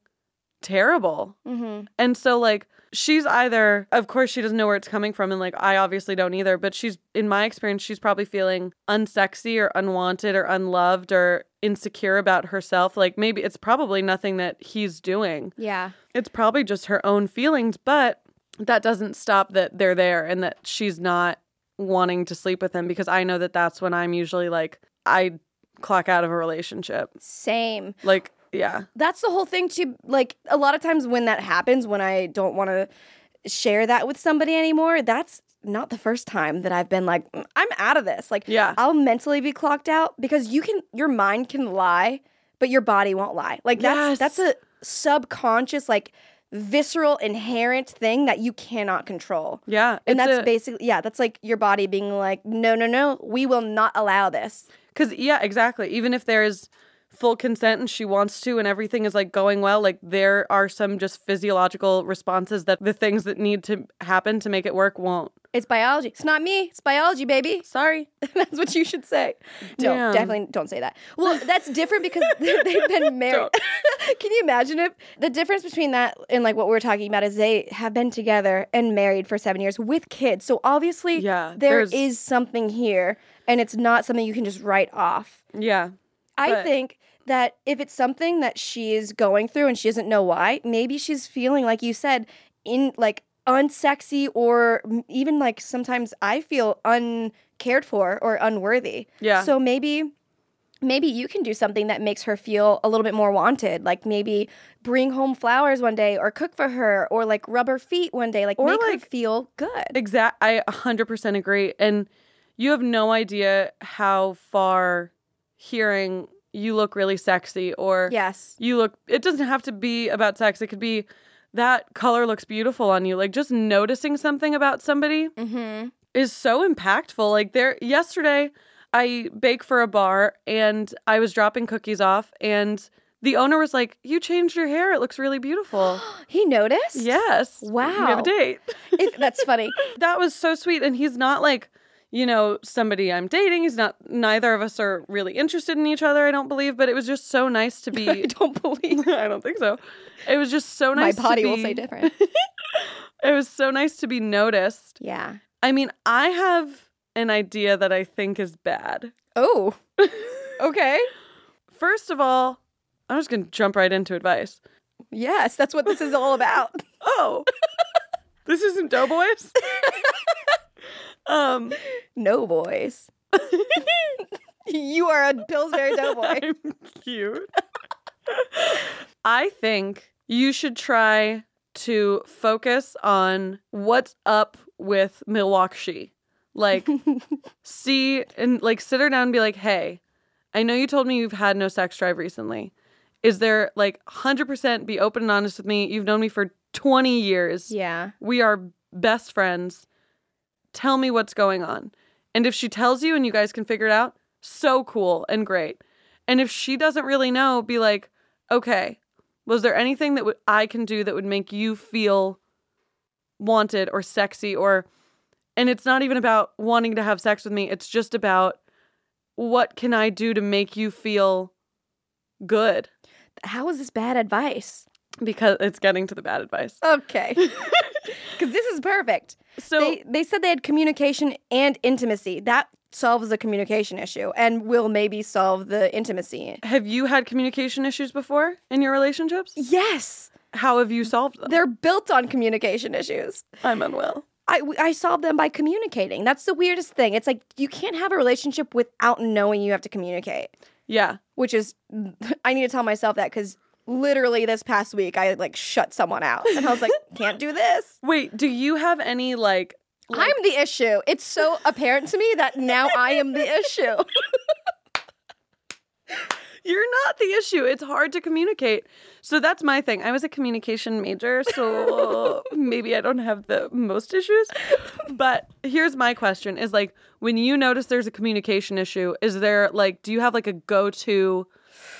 Speaker 4: terrible.
Speaker 3: Mm-hmm.
Speaker 4: And so like she's either of course she doesn't know where it's coming from and like I obviously don't either, but she's in my experience she's probably feeling unsexy or unwanted or unloved or insecure about herself. Like maybe it's probably nothing that he's doing.
Speaker 3: Yeah.
Speaker 4: It's probably just her own feelings, but that doesn't stop that they're there and that she's not wanting to sleep with him because I know that that's when I'm usually like, I clock out of a relationship.
Speaker 3: Same.
Speaker 4: Like, yeah.
Speaker 3: That's the whole thing too. Like a lot of times when that happens, when I don't want to share that with somebody anymore, that's not the first time that I've been like, "Mm, I'm out of this. Like,
Speaker 4: Yeah.
Speaker 3: I'll mentally be clocked out because you can, your mind can lie, but your body won't lie. Like that's
Speaker 4: Yes.
Speaker 3: that's a subconscious, like visceral, inherent thing that you cannot control.
Speaker 4: Yeah.
Speaker 3: And
Speaker 4: it's
Speaker 3: that's
Speaker 4: a-
Speaker 3: basically yeah, that's like your body being like, no, no, no, we will not allow this.
Speaker 4: Because, yeah, exactly. Even if there is full consent and she wants to and everything is like going well, like there are some just physiological responses that the things that need to happen to make it work won't.
Speaker 3: It's biology. It's not me. It's biology, baby.
Speaker 4: Sorry.
Speaker 3: that's what you should say. No,
Speaker 4: Damn.
Speaker 3: definitely don't say that. Well, that's different because they've been married. Can you imagine if the difference between that and like what we were talking about is they have been together and married for seven years with kids. So obviously,
Speaker 4: Yeah,
Speaker 3: there
Speaker 4: there's-
Speaker 3: is something here, and it's not something you can just write off.
Speaker 4: Yeah.
Speaker 3: I
Speaker 4: But-
Speaker 3: think that if it's something that she is going through and she doesn't know why, maybe she's feeling like you said in like unsexy or m- even like sometimes I feel uncared for or unworthy.
Speaker 4: Yeah.
Speaker 3: So maybe maybe you can do something that makes her feel a little bit more wanted, like maybe bring home flowers one day or cook for her or like rub her feet one day, like
Speaker 4: Or,
Speaker 3: make her
Speaker 4: like-
Speaker 3: feel good.
Speaker 4: Exact. I 100% agree. And you have no idea how far hearing you look really sexy or
Speaker 3: Yes.
Speaker 4: you look, it doesn't have to be about sex. It could be that color looks beautiful on you. Like just noticing something about somebody
Speaker 3: Mhm.
Speaker 4: is so impactful. Like there yesterday I bake for a bar and I was dropping cookies off and the owner was like, "You changed your hair. It looks really beautiful."
Speaker 3: He noticed?
Speaker 4: yes. We have
Speaker 3: Wow.
Speaker 4: a date.
Speaker 3: If- that's funny.
Speaker 4: that was so sweet and he's not like you know somebody i'm dating he's not neither of us are really interested in each other i don't believe but it was just so nice to be
Speaker 3: I don't believe
Speaker 4: i don't think so it was just so
Speaker 3: my
Speaker 4: nice
Speaker 3: body
Speaker 4: to be,
Speaker 3: will say different.
Speaker 4: it was so nice to be noticed
Speaker 3: yeah.
Speaker 4: i mean i have an idea that i think is bad
Speaker 3: Oh. okay.
Speaker 4: first of all i'm just gonna jump right into advice
Speaker 3: Yes, that's what this is all about.
Speaker 4: oh this isn't doughboys um
Speaker 3: No boys. you are a Pillsbury Doughboy.
Speaker 4: I'm cute. I think you should try to focus on what's up with Milwaukee. Like, see and like sit her down and be like, hey, I know you told me you've had no sex drive recently. Is there like 100% be open and honest with me? You've known me for 20 years.
Speaker 3: Yeah.
Speaker 4: We are best friends. Tell me what's going on. And if she tells you and you guys can figure it out, so cool and great. And if she doesn't really know, be like, okay, was there anything that would I can do that would make you feel wanted or sexy or and it's not even about wanting to have sex with me, it's just about what can I do to make you feel good?
Speaker 3: How is this bad advice?
Speaker 4: Because it's getting to the bad advice.
Speaker 3: Okay. Because this is perfect.
Speaker 4: So
Speaker 3: they, they said they had communication and intimacy. That solves the communication issue and will maybe solve the intimacy.
Speaker 4: have you had communication issues before in your relationships?
Speaker 3: Yes.
Speaker 4: How have you solved them?
Speaker 3: They're built on communication issues.
Speaker 4: I'm unwell.
Speaker 3: I, I solve them by communicating. That's the weirdest thing. It's like you can't have a relationship without knowing you have to communicate,
Speaker 4: Yeah.
Speaker 3: which is, I need to tell myself that because literally this past week I like shut someone out and I was like, can't do this.
Speaker 4: Wait, do you have any like like-
Speaker 3: I'm the issue. It's so apparent to me that now I am the issue.
Speaker 4: You're not the issue. It's hard to communicate. So that's my thing. I was a communication major, so maybe I don't have the most issues. But here's my question is like when you notice there's a communication issue, is there like do you have like a go-to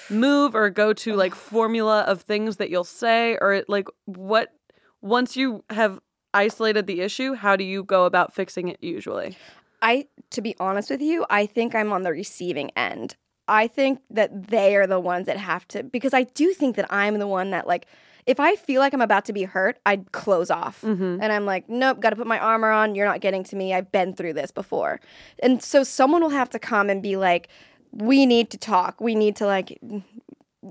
Speaker 4: move or a go-to like formula of things that you'll say or like what once you have isolated the issue, how do you go about fixing it usually?
Speaker 3: I, to be honest with you, I think I'm on the receiving end. I think that they are the ones that have to, because I do think that I'm the one that, like, if I feel like I'm about to be hurt, I'd close off. And I'm like, nope, got to put my armor on. You're not getting to me. I've been through this before. And so someone will have to come and be like, we need to talk. We need to, like,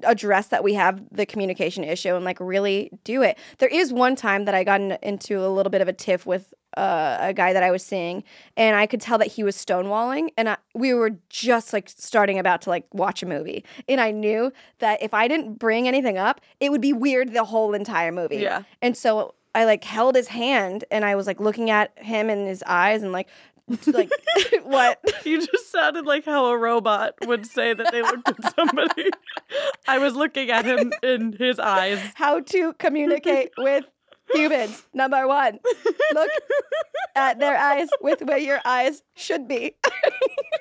Speaker 3: address that we have the communication issue and like really do it. There is one time that I got in, into a little bit of a tiff with uh, a guy that I was seeing, and I could tell that he was stonewalling, and I, we were just like starting about to like watch a movie, and I knew that if I didn't bring anything up, it would be weird the whole entire movie.
Speaker 4: Yeah.
Speaker 3: and so. I like held his hand and I was like looking at him in his eyes and like, like what?
Speaker 4: You just sounded like how a robot would say that they looked at somebody. I was looking at him in his eyes.
Speaker 3: how to communicate with humans. Number one, look at their eyes with where your eyes should be.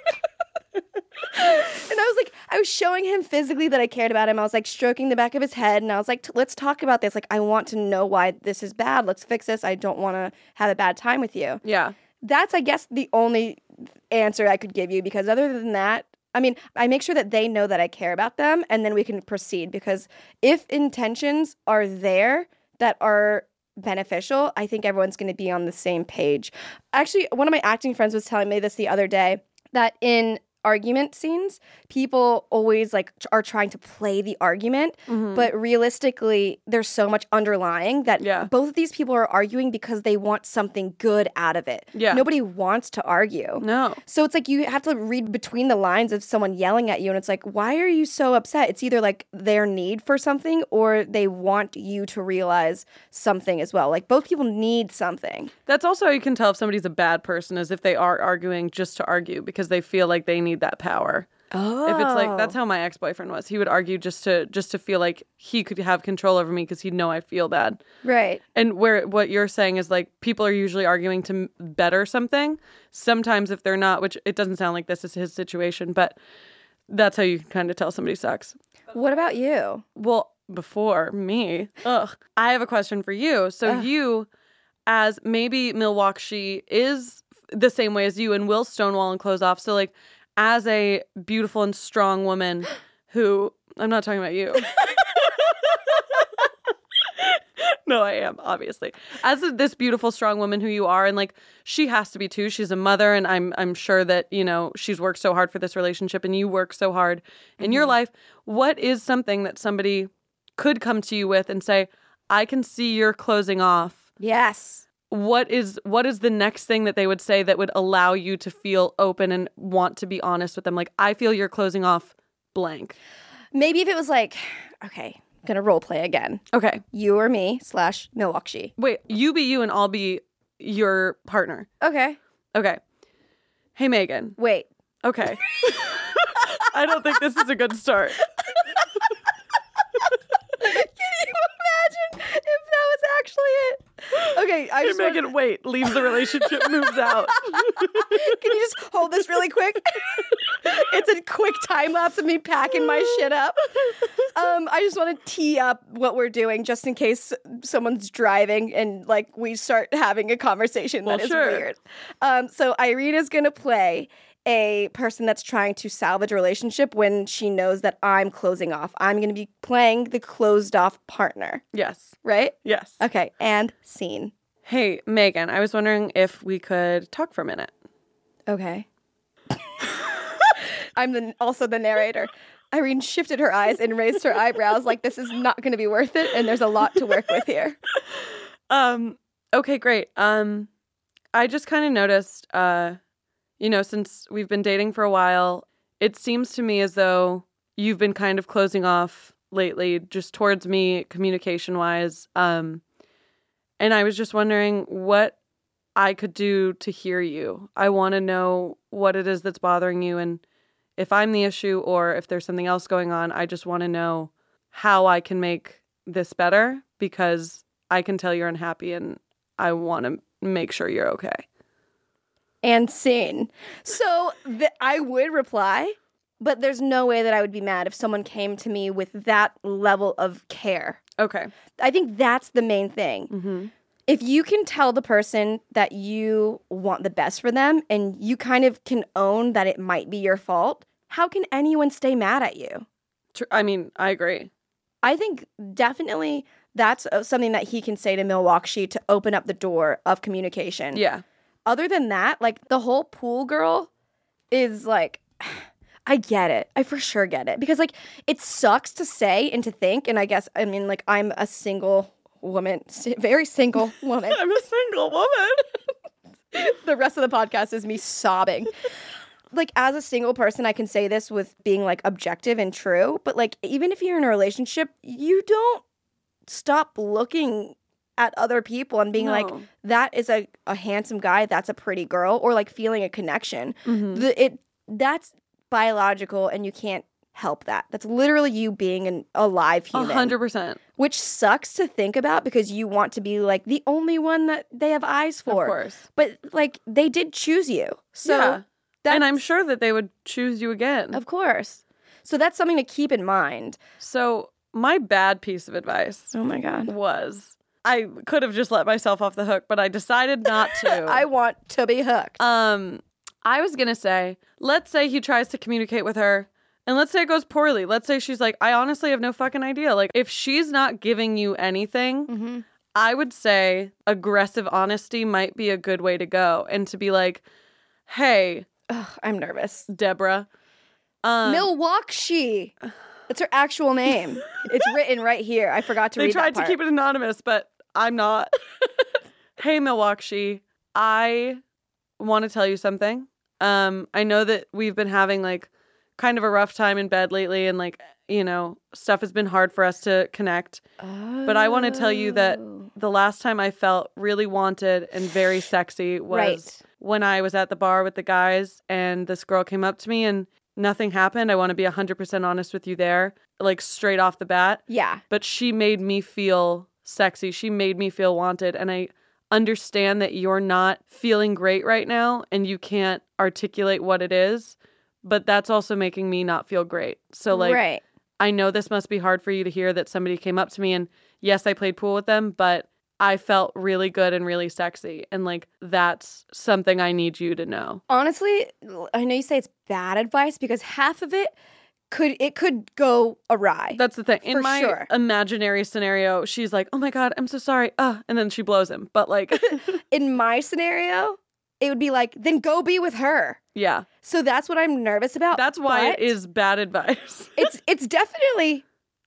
Speaker 3: and I was like, I was showing him physically that I cared about him. I was like stroking the back of his head, and I was like, "T- let's talk about this. Like, I want to know why this is bad. Let's fix this. I don't want to have a bad time with you.
Speaker 4: Yeah.
Speaker 3: That's, I guess, the only answer I could give you because other than that, I mean, I make sure that they know that I care about them and then we can proceed because if intentions are there that are beneficial, I think everyone's going to be on the same page. Actually, one of my acting friends was telling me this the other day that in argument scenes, people always like tr- are trying to play the argument, but realistically, there's so much underlying that
Speaker 4: Yeah.
Speaker 3: both of these people are arguing because they want something good out of it.
Speaker 4: Yeah.
Speaker 3: Nobody wants to argue.
Speaker 4: No.
Speaker 3: So it's like you have to read between the lines of someone yelling at you, and it's like, why are you so upset? It's either like their need for something or they want you to realize something as well. Like both people need something.
Speaker 4: That's also how you can tell if somebody's a bad person is if they are arguing just to argue because they feel like they need that power.
Speaker 3: Oh,
Speaker 4: If it's like that's how my ex-boyfriend was. He would argue just to just to feel like he could have control over me because he'd know I feel bad.
Speaker 3: right.
Speaker 4: And where what you're saying is like people are usually arguing to m- better something. Sometimes if they're not, which it doesn't sound like this is his situation, but that's how you can kind of tell somebody sucks.
Speaker 3: What about you?
Speaker 4: Well, before me, ugh, I have a question for you. So you, as maybe Milwaukee is the same way as you and will stonewall and close off. So like, as a beautiful and strong woman who I'm not talking about you. no, I am obviously. As a, this beautiful, strong woman who you are, and like she has to be too. She's a mother, and I'm I'm sure that you know she's worked so hard for this relationship, and you work so hard in your life. What is something that somebody could come to you with and say, "I can see you're closing off."
Speaker 3: Yes.
Speaker 4: What is what is the next thing that they would say that would allow you to feel open and want to be honest with them? Like, I feel you're closing off blank.
Speaker 3: Maybe if it was like, okay, I'm gonna role play again.
Speaker 4: Okay,
Speaker 3: You or me slash Milwaukee.
Speaker 4: wait. You be you, and I'll be your partner.
Speaker 3: Okay.
Speaker 4: Okay. Hey, Megan.
Speaker 3: Wait.
Speaker 4: Okay. I don't think this is a good start.
Speaker 3: Can you imagine if that was actually it? Okay, I
Speaker 4: Hey,
Speaker 3: just wanted-
Speaker 4: Megan, wait, leaves the relationship, moves out.
Speaker 3: Can you just hold this really quick? it's a quick time lapse of me packing my shit up. Um, I just want to tee up what we're doing just in case someone's driving and like we start having a conversation
Speaker 4: Well,
Speaker 3: that is
Speaker 4: sure.
Speaker 3: weird. Um, so Irene is going to play a person that's trying to salvage a relationship when she knows that I'm closing off. I'm going to be playing the closed off partner,
Speaker 4: Yes.
Speaker 3: right?
Speaker 4: Yes.
Speaker 3: Okay, and scene.
Speaker 4: Hey, Megan, I was wondering if we could talk for a minute.
Speaker 3: Okay. I'm the, also the narrator. Irene shifted her eyes and raised her eyebrows like this is not going to be worth it and there's a lot to work with here.
Speaker 4: Um, okay, great. Um, I just kind of noticed, uh, you know, since we've been dating for a while, it seems to me as though you've been kind of closing off lately, just towards me, communication wise. Um, and I was just wondering what I could do to hear you. I want to know what it is that's bothering you and if I'm the issue or if there's something else going on. I just want to know how I can make this better because I can tell you're unhappy and I want to make sure you're okay.
Speaker 3: And scene. So th- I would reply, but there's no way that I would be mad if someone came to me with that level of care.
Speaker 4: Okay.
Speaker 3: I think that's the main thing.
Speaker 4: Mm-hmm.
Speaker 3: if you can tell the person that you want the best for them and you kind of can own that it might be your fault, how can anyone stay mad at you?
Speaker 4: Tr- I mean, I agree.
Speaker 3: I think definitely that's uh, something that he can say to Milwaukee to open up the door of communication.
Speaker 4: Yeah.
Speaker 3: Other than that, like the whole pool girl is like, I get it. I for sure get it. Because like it sucks to say and to think. And I guess, I mean, like I'm a single woman, si- very single woman.
Speaker 4: I'm a single woman.
Speaker 3: the rest of the podcast is me sobbing. Like as a single person, I can say this with being like objective and true, but like even if you're in a relationship, you don't stop looking at other people and being like
Speaker 4: No.
Speaker 3: that is a, a handsome guy, that's a pretty girl, or like feeling a connection.
Speaker 4: Mm-hmm.
Speaker 3: The, it that's biological and you can't help that. That's literally you being an alive
Speaker 4: A
Speaker 3: human
Speaker 4: hundred percent.
Speaker 3: which sucks to think about because you want to be like the only one that they have eyes for.
Speaker 4: course.
Speaker 3: But like they did choose you. So
Speaker 4: Yeah.
Speaker 3: that's,
Speaker 4: and I'm sure that they would choose you again.
Speaker 3: of course. So that's something to keep in mind.
Speaker 4: So my bad piece of advice
Speaker 3: Oh my god.
Speaker 4: was I could have just let myself off the hook, but I decided not to.
Speaker 3: I want to be hooked.
Speaker 4: Um, I was gonna say, let's say he tries to communicate with her, and let's say it goes poorly. Let's say she's like, I honestly have no fucking idea. Like, if she's not giving you anything, I would say aggressive honesty might be a good way to go, and to be like, Hey,
Speaker 3: Ugh, I'm nervous.
Speaker 4: Deborah, um,
Speaker 3: Milwaukee. That's her actual name. it's written right here. I forgot to
Speaker 4: they
Speaker 3: read
Speaker 4: tried
Speaker 3: that
Speaker 4: to
Speaker 3: part.
Speaker 4: keep it anonymous, but I'm not. hey, Milwaukee, I want to tell you something. Um, I know that we've been having like kind of a rough time in bed lately, and like you know, stuff has been hard for us to connect. But I want to tell you that
Speaker 3: Oh.
Speaker 4: the last time I felt really wanted and very sexy was
Speaker 3: Right.
Speaker 4: when I was at the bar with the guys, and this girl came up to me and. Nothing happened. I want to be 100% honest with you there, like straight off the bat
Speaker 3: Yeah.
Speaker 4: but she made me feel sexy. She made me feel wanted. And I understand that you're not feeling great right now and you can't articulate what it is, but that's also making me not feel great. So, like,
Speaker 3: right.
Speaker 4: I know this must be hard for you to hear that somebody came up to me and, yes, I played pool with them, but I felt really good and really sexy. And, like, that's something I need you to know.
Speaker 3: honestly, I know you say it's bad advice because half of it could it could go awry.
Speaker 4: That's the thing. In
Speaker 3: For
Speaker 4: my
Speaker 3: sure.
Speaker 4: imaginary scenario, she's like, oh my God, I'm so sorry. Uh, and then she blows him. But, like,
Speaker 3: in my scenario, it would be like, then go be with her.
Speaker 4: yeah.
Speaker 3: So that's what I'm nervous about.
Speaker 4: That's why
Speaker 3: but
Speaker 4: it is bad advice.
Speaker 3: It's it's definitely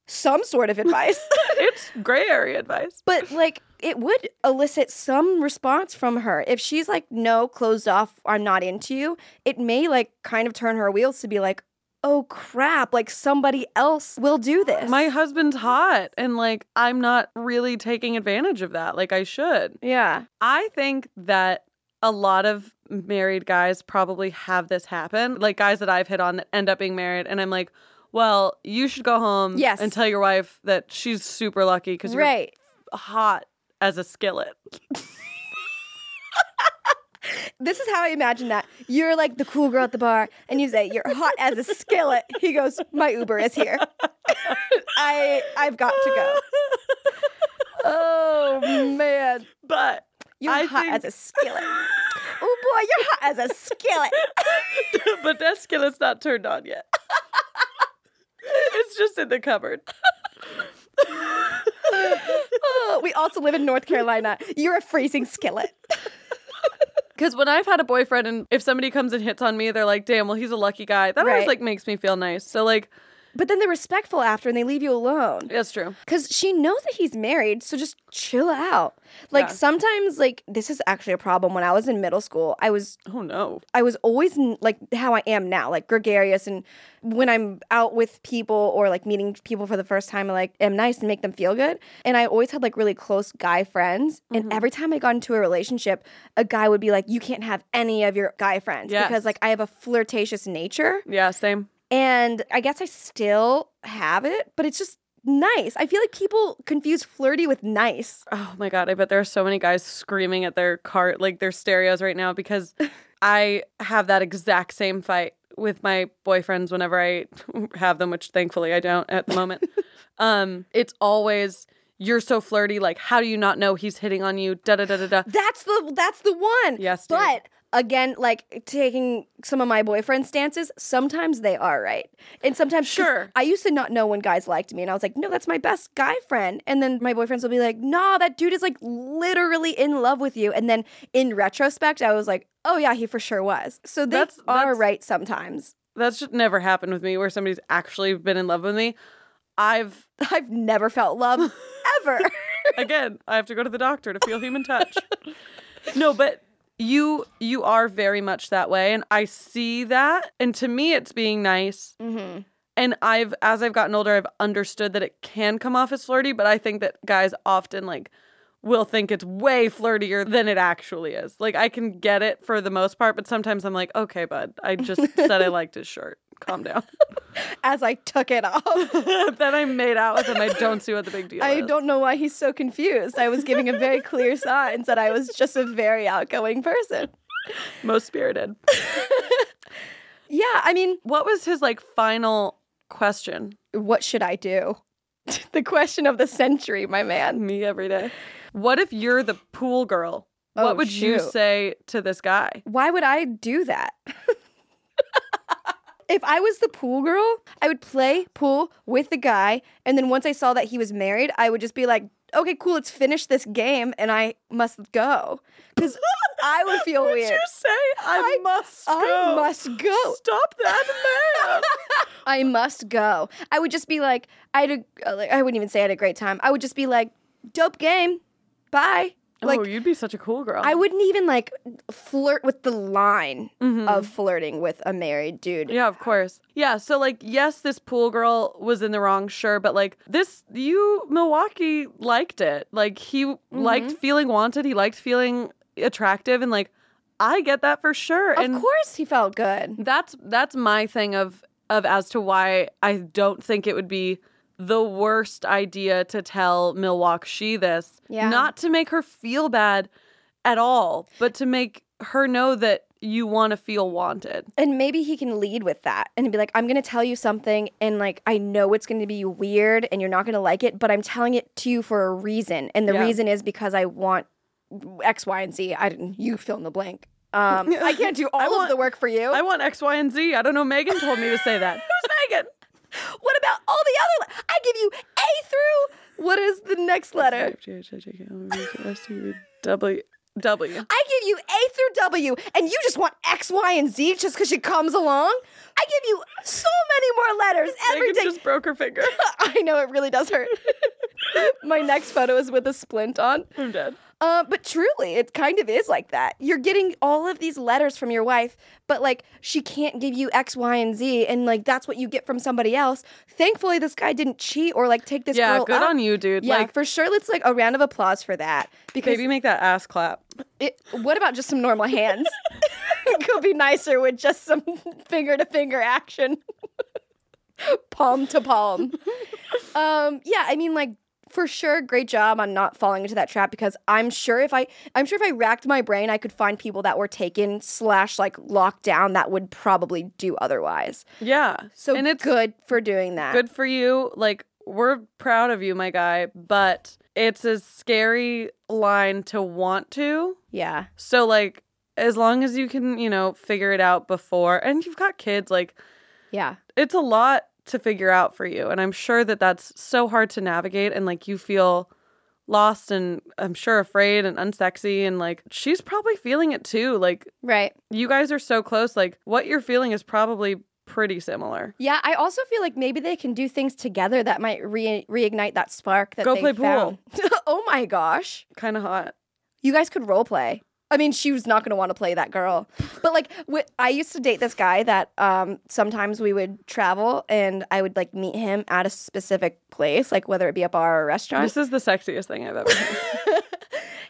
Speaker 3: some sort of advice,
Speaker 4: it's gray area advice.
Speaker 3: but like it would elicit some response from her if she's like, no, closed off. I'm not into you. It may like kind of turn her wheels to be like, oh crap, like somebody else will do this.
Speaker 4: My husband's hot, and like, I'm not really taking advantage of that like I should.
Speaker 3: yeah,
Speaker 4: I think that a lot of married guys probably have this happen. Like, guys that I've hit on that end up being married, and I'm like, well, you should go home
Speaker 3: Yes.
Speaker 4: and tell your wife that she's super lucky because
Speaker 3: right.
Speaker 4: you're hot as a skillet.
Speaker 3: This is how I imagine that. You're like the cool girl at the bar, and you say, You're hot as a skillet. He goes, My Uber is here. I I've got to go. Oh man.
Speaker 4: But
Speaker 3: You're
Speaker 4: I
Speaker 3: hot
Speaker 4: think-
Speaker 3: as a skillet. Oh boy, you're hot as a skillet.
Speaker 4: but that skillet's not turned on yet. it's just in the cupboard.
Speaker 3: Oh, we also live in North Carolina. You're a freezing skillet.
Speaker 4: Because when I've had a boyfriend and if somebody comes and hits on me, they're like, damn, well, he's a lucky guy. That always
Speaker 3: Right.
Speaker 4: like makes me feel nice. So like,
Speaker 3: But then they're respectful after and they leave you alone.
Speaker 4: that's true.
Speaker 3: Cause she knows that he's married, so just chill out. Like
Speaker 4: Yeah.
Speaker 3: sometimes, like this is actually a problem. When I was in middle school, I was
Speaker 4: Oh no.
Speaker 3: I was always n- like how I am now, like gregarious, and when I'm out with people or like meeting people for the first time, I like am nice and make them feel good. And I always had like really close guy friends, and every time I got into a relationship, a guy would be like, "You can't have any of your guy friends because
Speaker 4: Yes.
Speaker 3: like I have a flirtatious nature."
Speaker 4: Yeah, same.
Speaker 3: And I guess I still have it, but it's just nice. I feel like people confuse flirty with nice.
Speaker 4: Oh my god, I bet there are so many guys screaming at their cart like their stereos right now because I have that exact same fight with my boyfriends whenever I have them, which thankfully I don't at the moment. um, it's always you're so flirty, like how do you not know he's hitting on you? Da da da da da.
Speaker 3: That's the that's the one.
Speaker 4: Yes, dude.
Speaker 3: But again, like taking some of my boyfriend's stances, sometimes they are right, and sometimes 'cause
Speaker 4: Sure.
Speaker 3: I used to not know when guys liked me, and I was like, no, that's my best guy friend, and then my boyfriends will be like, nah, that dude is like literally in love with you, and then in retrospect, I was like, oh yeah, he for sure was. So they
Speaker 4: That's-
Speaker 3: are
Speaker 4: that's-
Speaker 3: right sometimes.
Speaker 4: That's just never happened with me where somebody's actually been in love with me. I've
Speaker 3: I've never felt love ever.
Speaker 4: again, I have to go to the doctor to feel human touch. no, but you you are very much that way and I see that and to me it's being nice.
Speaker 3: mm-hmm.
Speaker 4: And I've as I've gotten older I've understood that it can come off as flirty, but I think that guys often like will think it's way flirtier than it actually is. Like I can get it for the most part, but sometimes I'm like, "Okay, bud, I just said I liked his shirt. Calm down."
Speaker 3: As I took it off.
Speaker 4: then I made out with him. I don't see what the big deal
Speaker 3: I
Speaker 4: is.
Speaker 3: don't know why he's so confused. I was giving a very clear signs that I was just a very outgoing person.
Speaker 4: Most spirited.
Speaker 3: Yeah, I mean,
Speaker 4: What was his like final question?
Speaker 3: what should I do? the question of the century, my man.
Speaker 4: Me every day. What if you're the pool girl?
Speaker 3: Oh,
Speaker 4: what would you
Speaker 3: shoot.
Speaker 4: say to this guy?
Speaker 3: Why would I do that? if I was the pool girl, I would play pool with the guy. And then once I saw that he was married, I would just be like, okay, cool, let's finish this game and I must go. Because I would feel
Speaker 4: would
Speaker 3: weird.
Speaker 4: you say I,
Speaker 3: I-
Speaker 4: must go?
Speaker 3: I must go.
Speaker 4: Stop that
Speaker 3: I must go. I would just be like, I had a, uh, like, I wouldn't even say I had a great time. I would just be like, dope game, bye.
Speaker 4: man.
Speaker 3: Like
Speaker 4: oh, you'd be such a cool girl.
Speaker 3: I wouldn't even like flirt with the line of flirting with a married dude.
Speaker 4: Mm-hmm. Yeah, of course. Yeah, so like yes, this pool girl was in the wrong, sure, but like this you Milwaukee liked it. Like he
Speaker 3: Mm-hmm.
Speaker 4: liked feeling wanted, he liked feeling attractive and like I get that for sure.
Speaker 3: Of
Speaker 4: and
Speaker 3: course, he felt good.
Speaker 4: that's that's my thing of of as to why I don't think it would be the worst idea to tell Milwaukee this.
Speaker 3: Yeah.
Speaker 4: Not to make her feel bad at all, but to make her know that you want to feel wanted.
Speaker 3: And maybe he can lead with that and be like, I'm going to tell you something. And like, I know it's going to be weird and you're not going to like it, but I'm telling it to you for a reason. And the
Speaker 4: Yeah.
Speaker 3: reason is because I want X, Y, and Z. I didn't, you fill in the blank. Um, I can't do all
Speaker 4: I
Speaker 3: of
Speaker 4: want-
Speaker 3: the work for you.
Speaker 4: I want X, Y, and Z. I don't know. Megan told me to say that. Who's Megan?
Speaker 3: What about all the other? le- I give you A through. What is the next letter?
Speaker 4: W. W.
Speaker 3: I give you A through W, and you just want X, Y, and Z just because she comes along. I give you so many more letters every
Speaker 4: Megan
Speaker 3: day.
Speaker 4: just broke her finger.
Speaker 3: I know it really does hurt. My next photo is with a splint on.
Speaker 4: I'm dead.
Speaker 3: Uh, but truly, it kind of is like that. You're getting all of these letters from your wife, but like she can't give you X, Y, and Z, and like that's what you get from somebody else. Thankfully, this guy didn't cheat or like take this
Speaker 4: Yeah,
Speaker 3: girl
Speaker 4: good
Speaker 3: out.
Speaker 4: on you, dude.
Speaker 3: Yeah,
Speaker 4: like,
Speaker 3: for sure. Let's like a round of applause for that. Because
Speaker 4: baby, make that ass clap.
Speaker 3: it, what about just some normal hands? it could be nicer with just some finger to finger action, palm to palm. Um, yeah, I mean, like for sure great job on not falling into that trap because I'm sure if I I'm sure if I racked my brain I could find people that were taken slash like locked down that would probably do otherwise.
Speaker 4: Yeah.
Speaker 3: So
Speaker 4: and it's
Speaker 3: good for doing that.
Speaker 4: good for you. Like we're proud of you, my guy, but it's a scary line to want to.
Speaker 3: Yeah.
Speaker 4: So like as long as you can, you know, figure it out before and you've got kids, like
Speaker 3: Yeah.
Speaker 4: it's a lot to figure out for you and i'm sure that that's so hard to navigate and like you feel lost and i'm sure afraid and unsexy and like she's probably feeling it too like
Speaker 3: Right.
Speaker 4: you guys are so close like what you're feeling is probably pretty similar
Speaker 3: Yeah, I also feel like maybe they can do things together that might re- reignite that spark that
Speaker 4: Go
Speaker 3: they
Speaker 4: play
Speaker 3: found. oh my gosh.
Speaker 4: kind of hot
Speaker 3: you guys could role play. I mean, she was not going to want to play that girl. But like, wh- I used to date this guy that um, sometimes we would travel and I would like meet him at a specific place, like whether it be a bar or a restaurant.
Speaker 4: this is the sexiest thing i've ever heard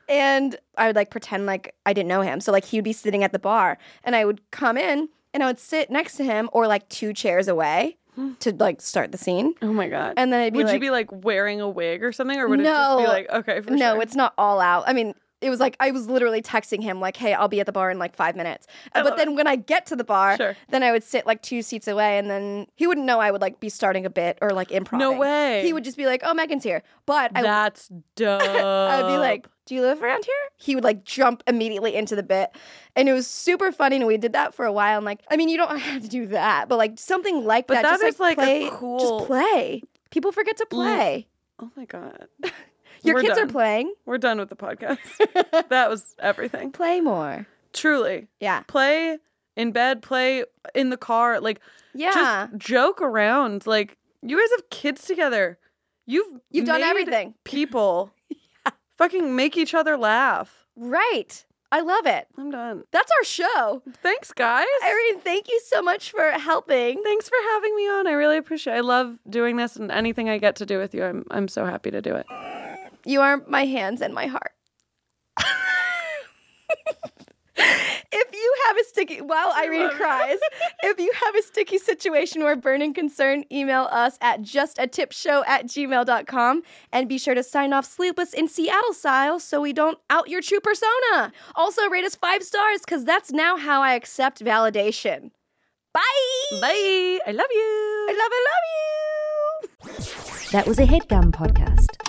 Speaker 3: and I would like pretend like I didn't know him. So like, he'd be sitting at the bar and I would come in and I would sit next to him or like two chairs away to like start the scene.
Speaker 4: oh my god
Speaker 3: And then I'd be
Speaker 4: Hmm. would you
Speaker 3: like-
Speaker 4: be like wearing a wig or something or would it just be
Speaker 3: No.
Speaker 4: like okay for
Speaker 3: no,
Speaker 4: sure.
Speaker 3: it's not all out. I mean, it was like I was literally texting him like, "Hey, I'll be at the bar in like five minutes."
Speaker 4: I
Speaker 3: but
Speaker 4: love
Speaker 3: then when I get to the bar,
Speaker 4: Sure.
Speaker 3: then I would sit like two seats away, and then he wouldn't know I would like be starting a bit or like improv.
Speaker 4: way.
Speaker 3: He would just be like, "Oh, Megan's here," but I,
Speaker 4: that's dope
Speaker 3: I would be like, "Do you live around here?" He would like jump immediately into the bit, and it was super funny. And we did that for a while. And like, I mean, you don't have to do that, but like something like
Speaker 4: But
Speaker 3: that.
Speaker 4: that
Speaker 3: just,
Speaker 4: is, like, a
Speaker 3: play,
Speaker 4: cool-
Speaker 3: Just play. People forget to play.
Speaker 4: oh my god
Speaker 3: Your
Speaker 4: We're
Speaker 3: kids are
Speaker 4: done.
Speaker 3: playing.
Speaker 4: we're done with the podcast that was everything
Speaker 3: Play more.
Speaker 4: truly
Speaker 3: Yeah.
Speaker 4: play in bed, play in the car, like
Speaker 3: Yeah.
Speaker 4: just joke around. Like you guys have kids together. You've
Speaker 3: You've done
Speaker 4: made
Speaker 3: everything.
Speaker 4: People fucking make each other laugh.
Speaker 3: Right. I love it.
Speaker 4: I'm done.
Speaker 3: That's our show.
Speaker 4: Thanks, guys.
Speaker 3: Irene, thank you so much for helping.
Speaker 4: Thanks for having me on. I really appreciate. I love doing this, and anything I get to do with you, I'm I'm so happy to do it.
Speaker 3: You are my hands and my heart. if you have a sticky, while Irene cries, if you have a sticky situation or burning concern, email us at justatipshow at gmail.com and be sure to sign off Sleepless in Seattle style so we don't out your true persona. Also, rate us five stars because that's now how I accept validation. Bye.
Speaker 4: Bye. I love you.
Speaker 3: I love, I love you.
Speaker 6: That was a headgum podcast.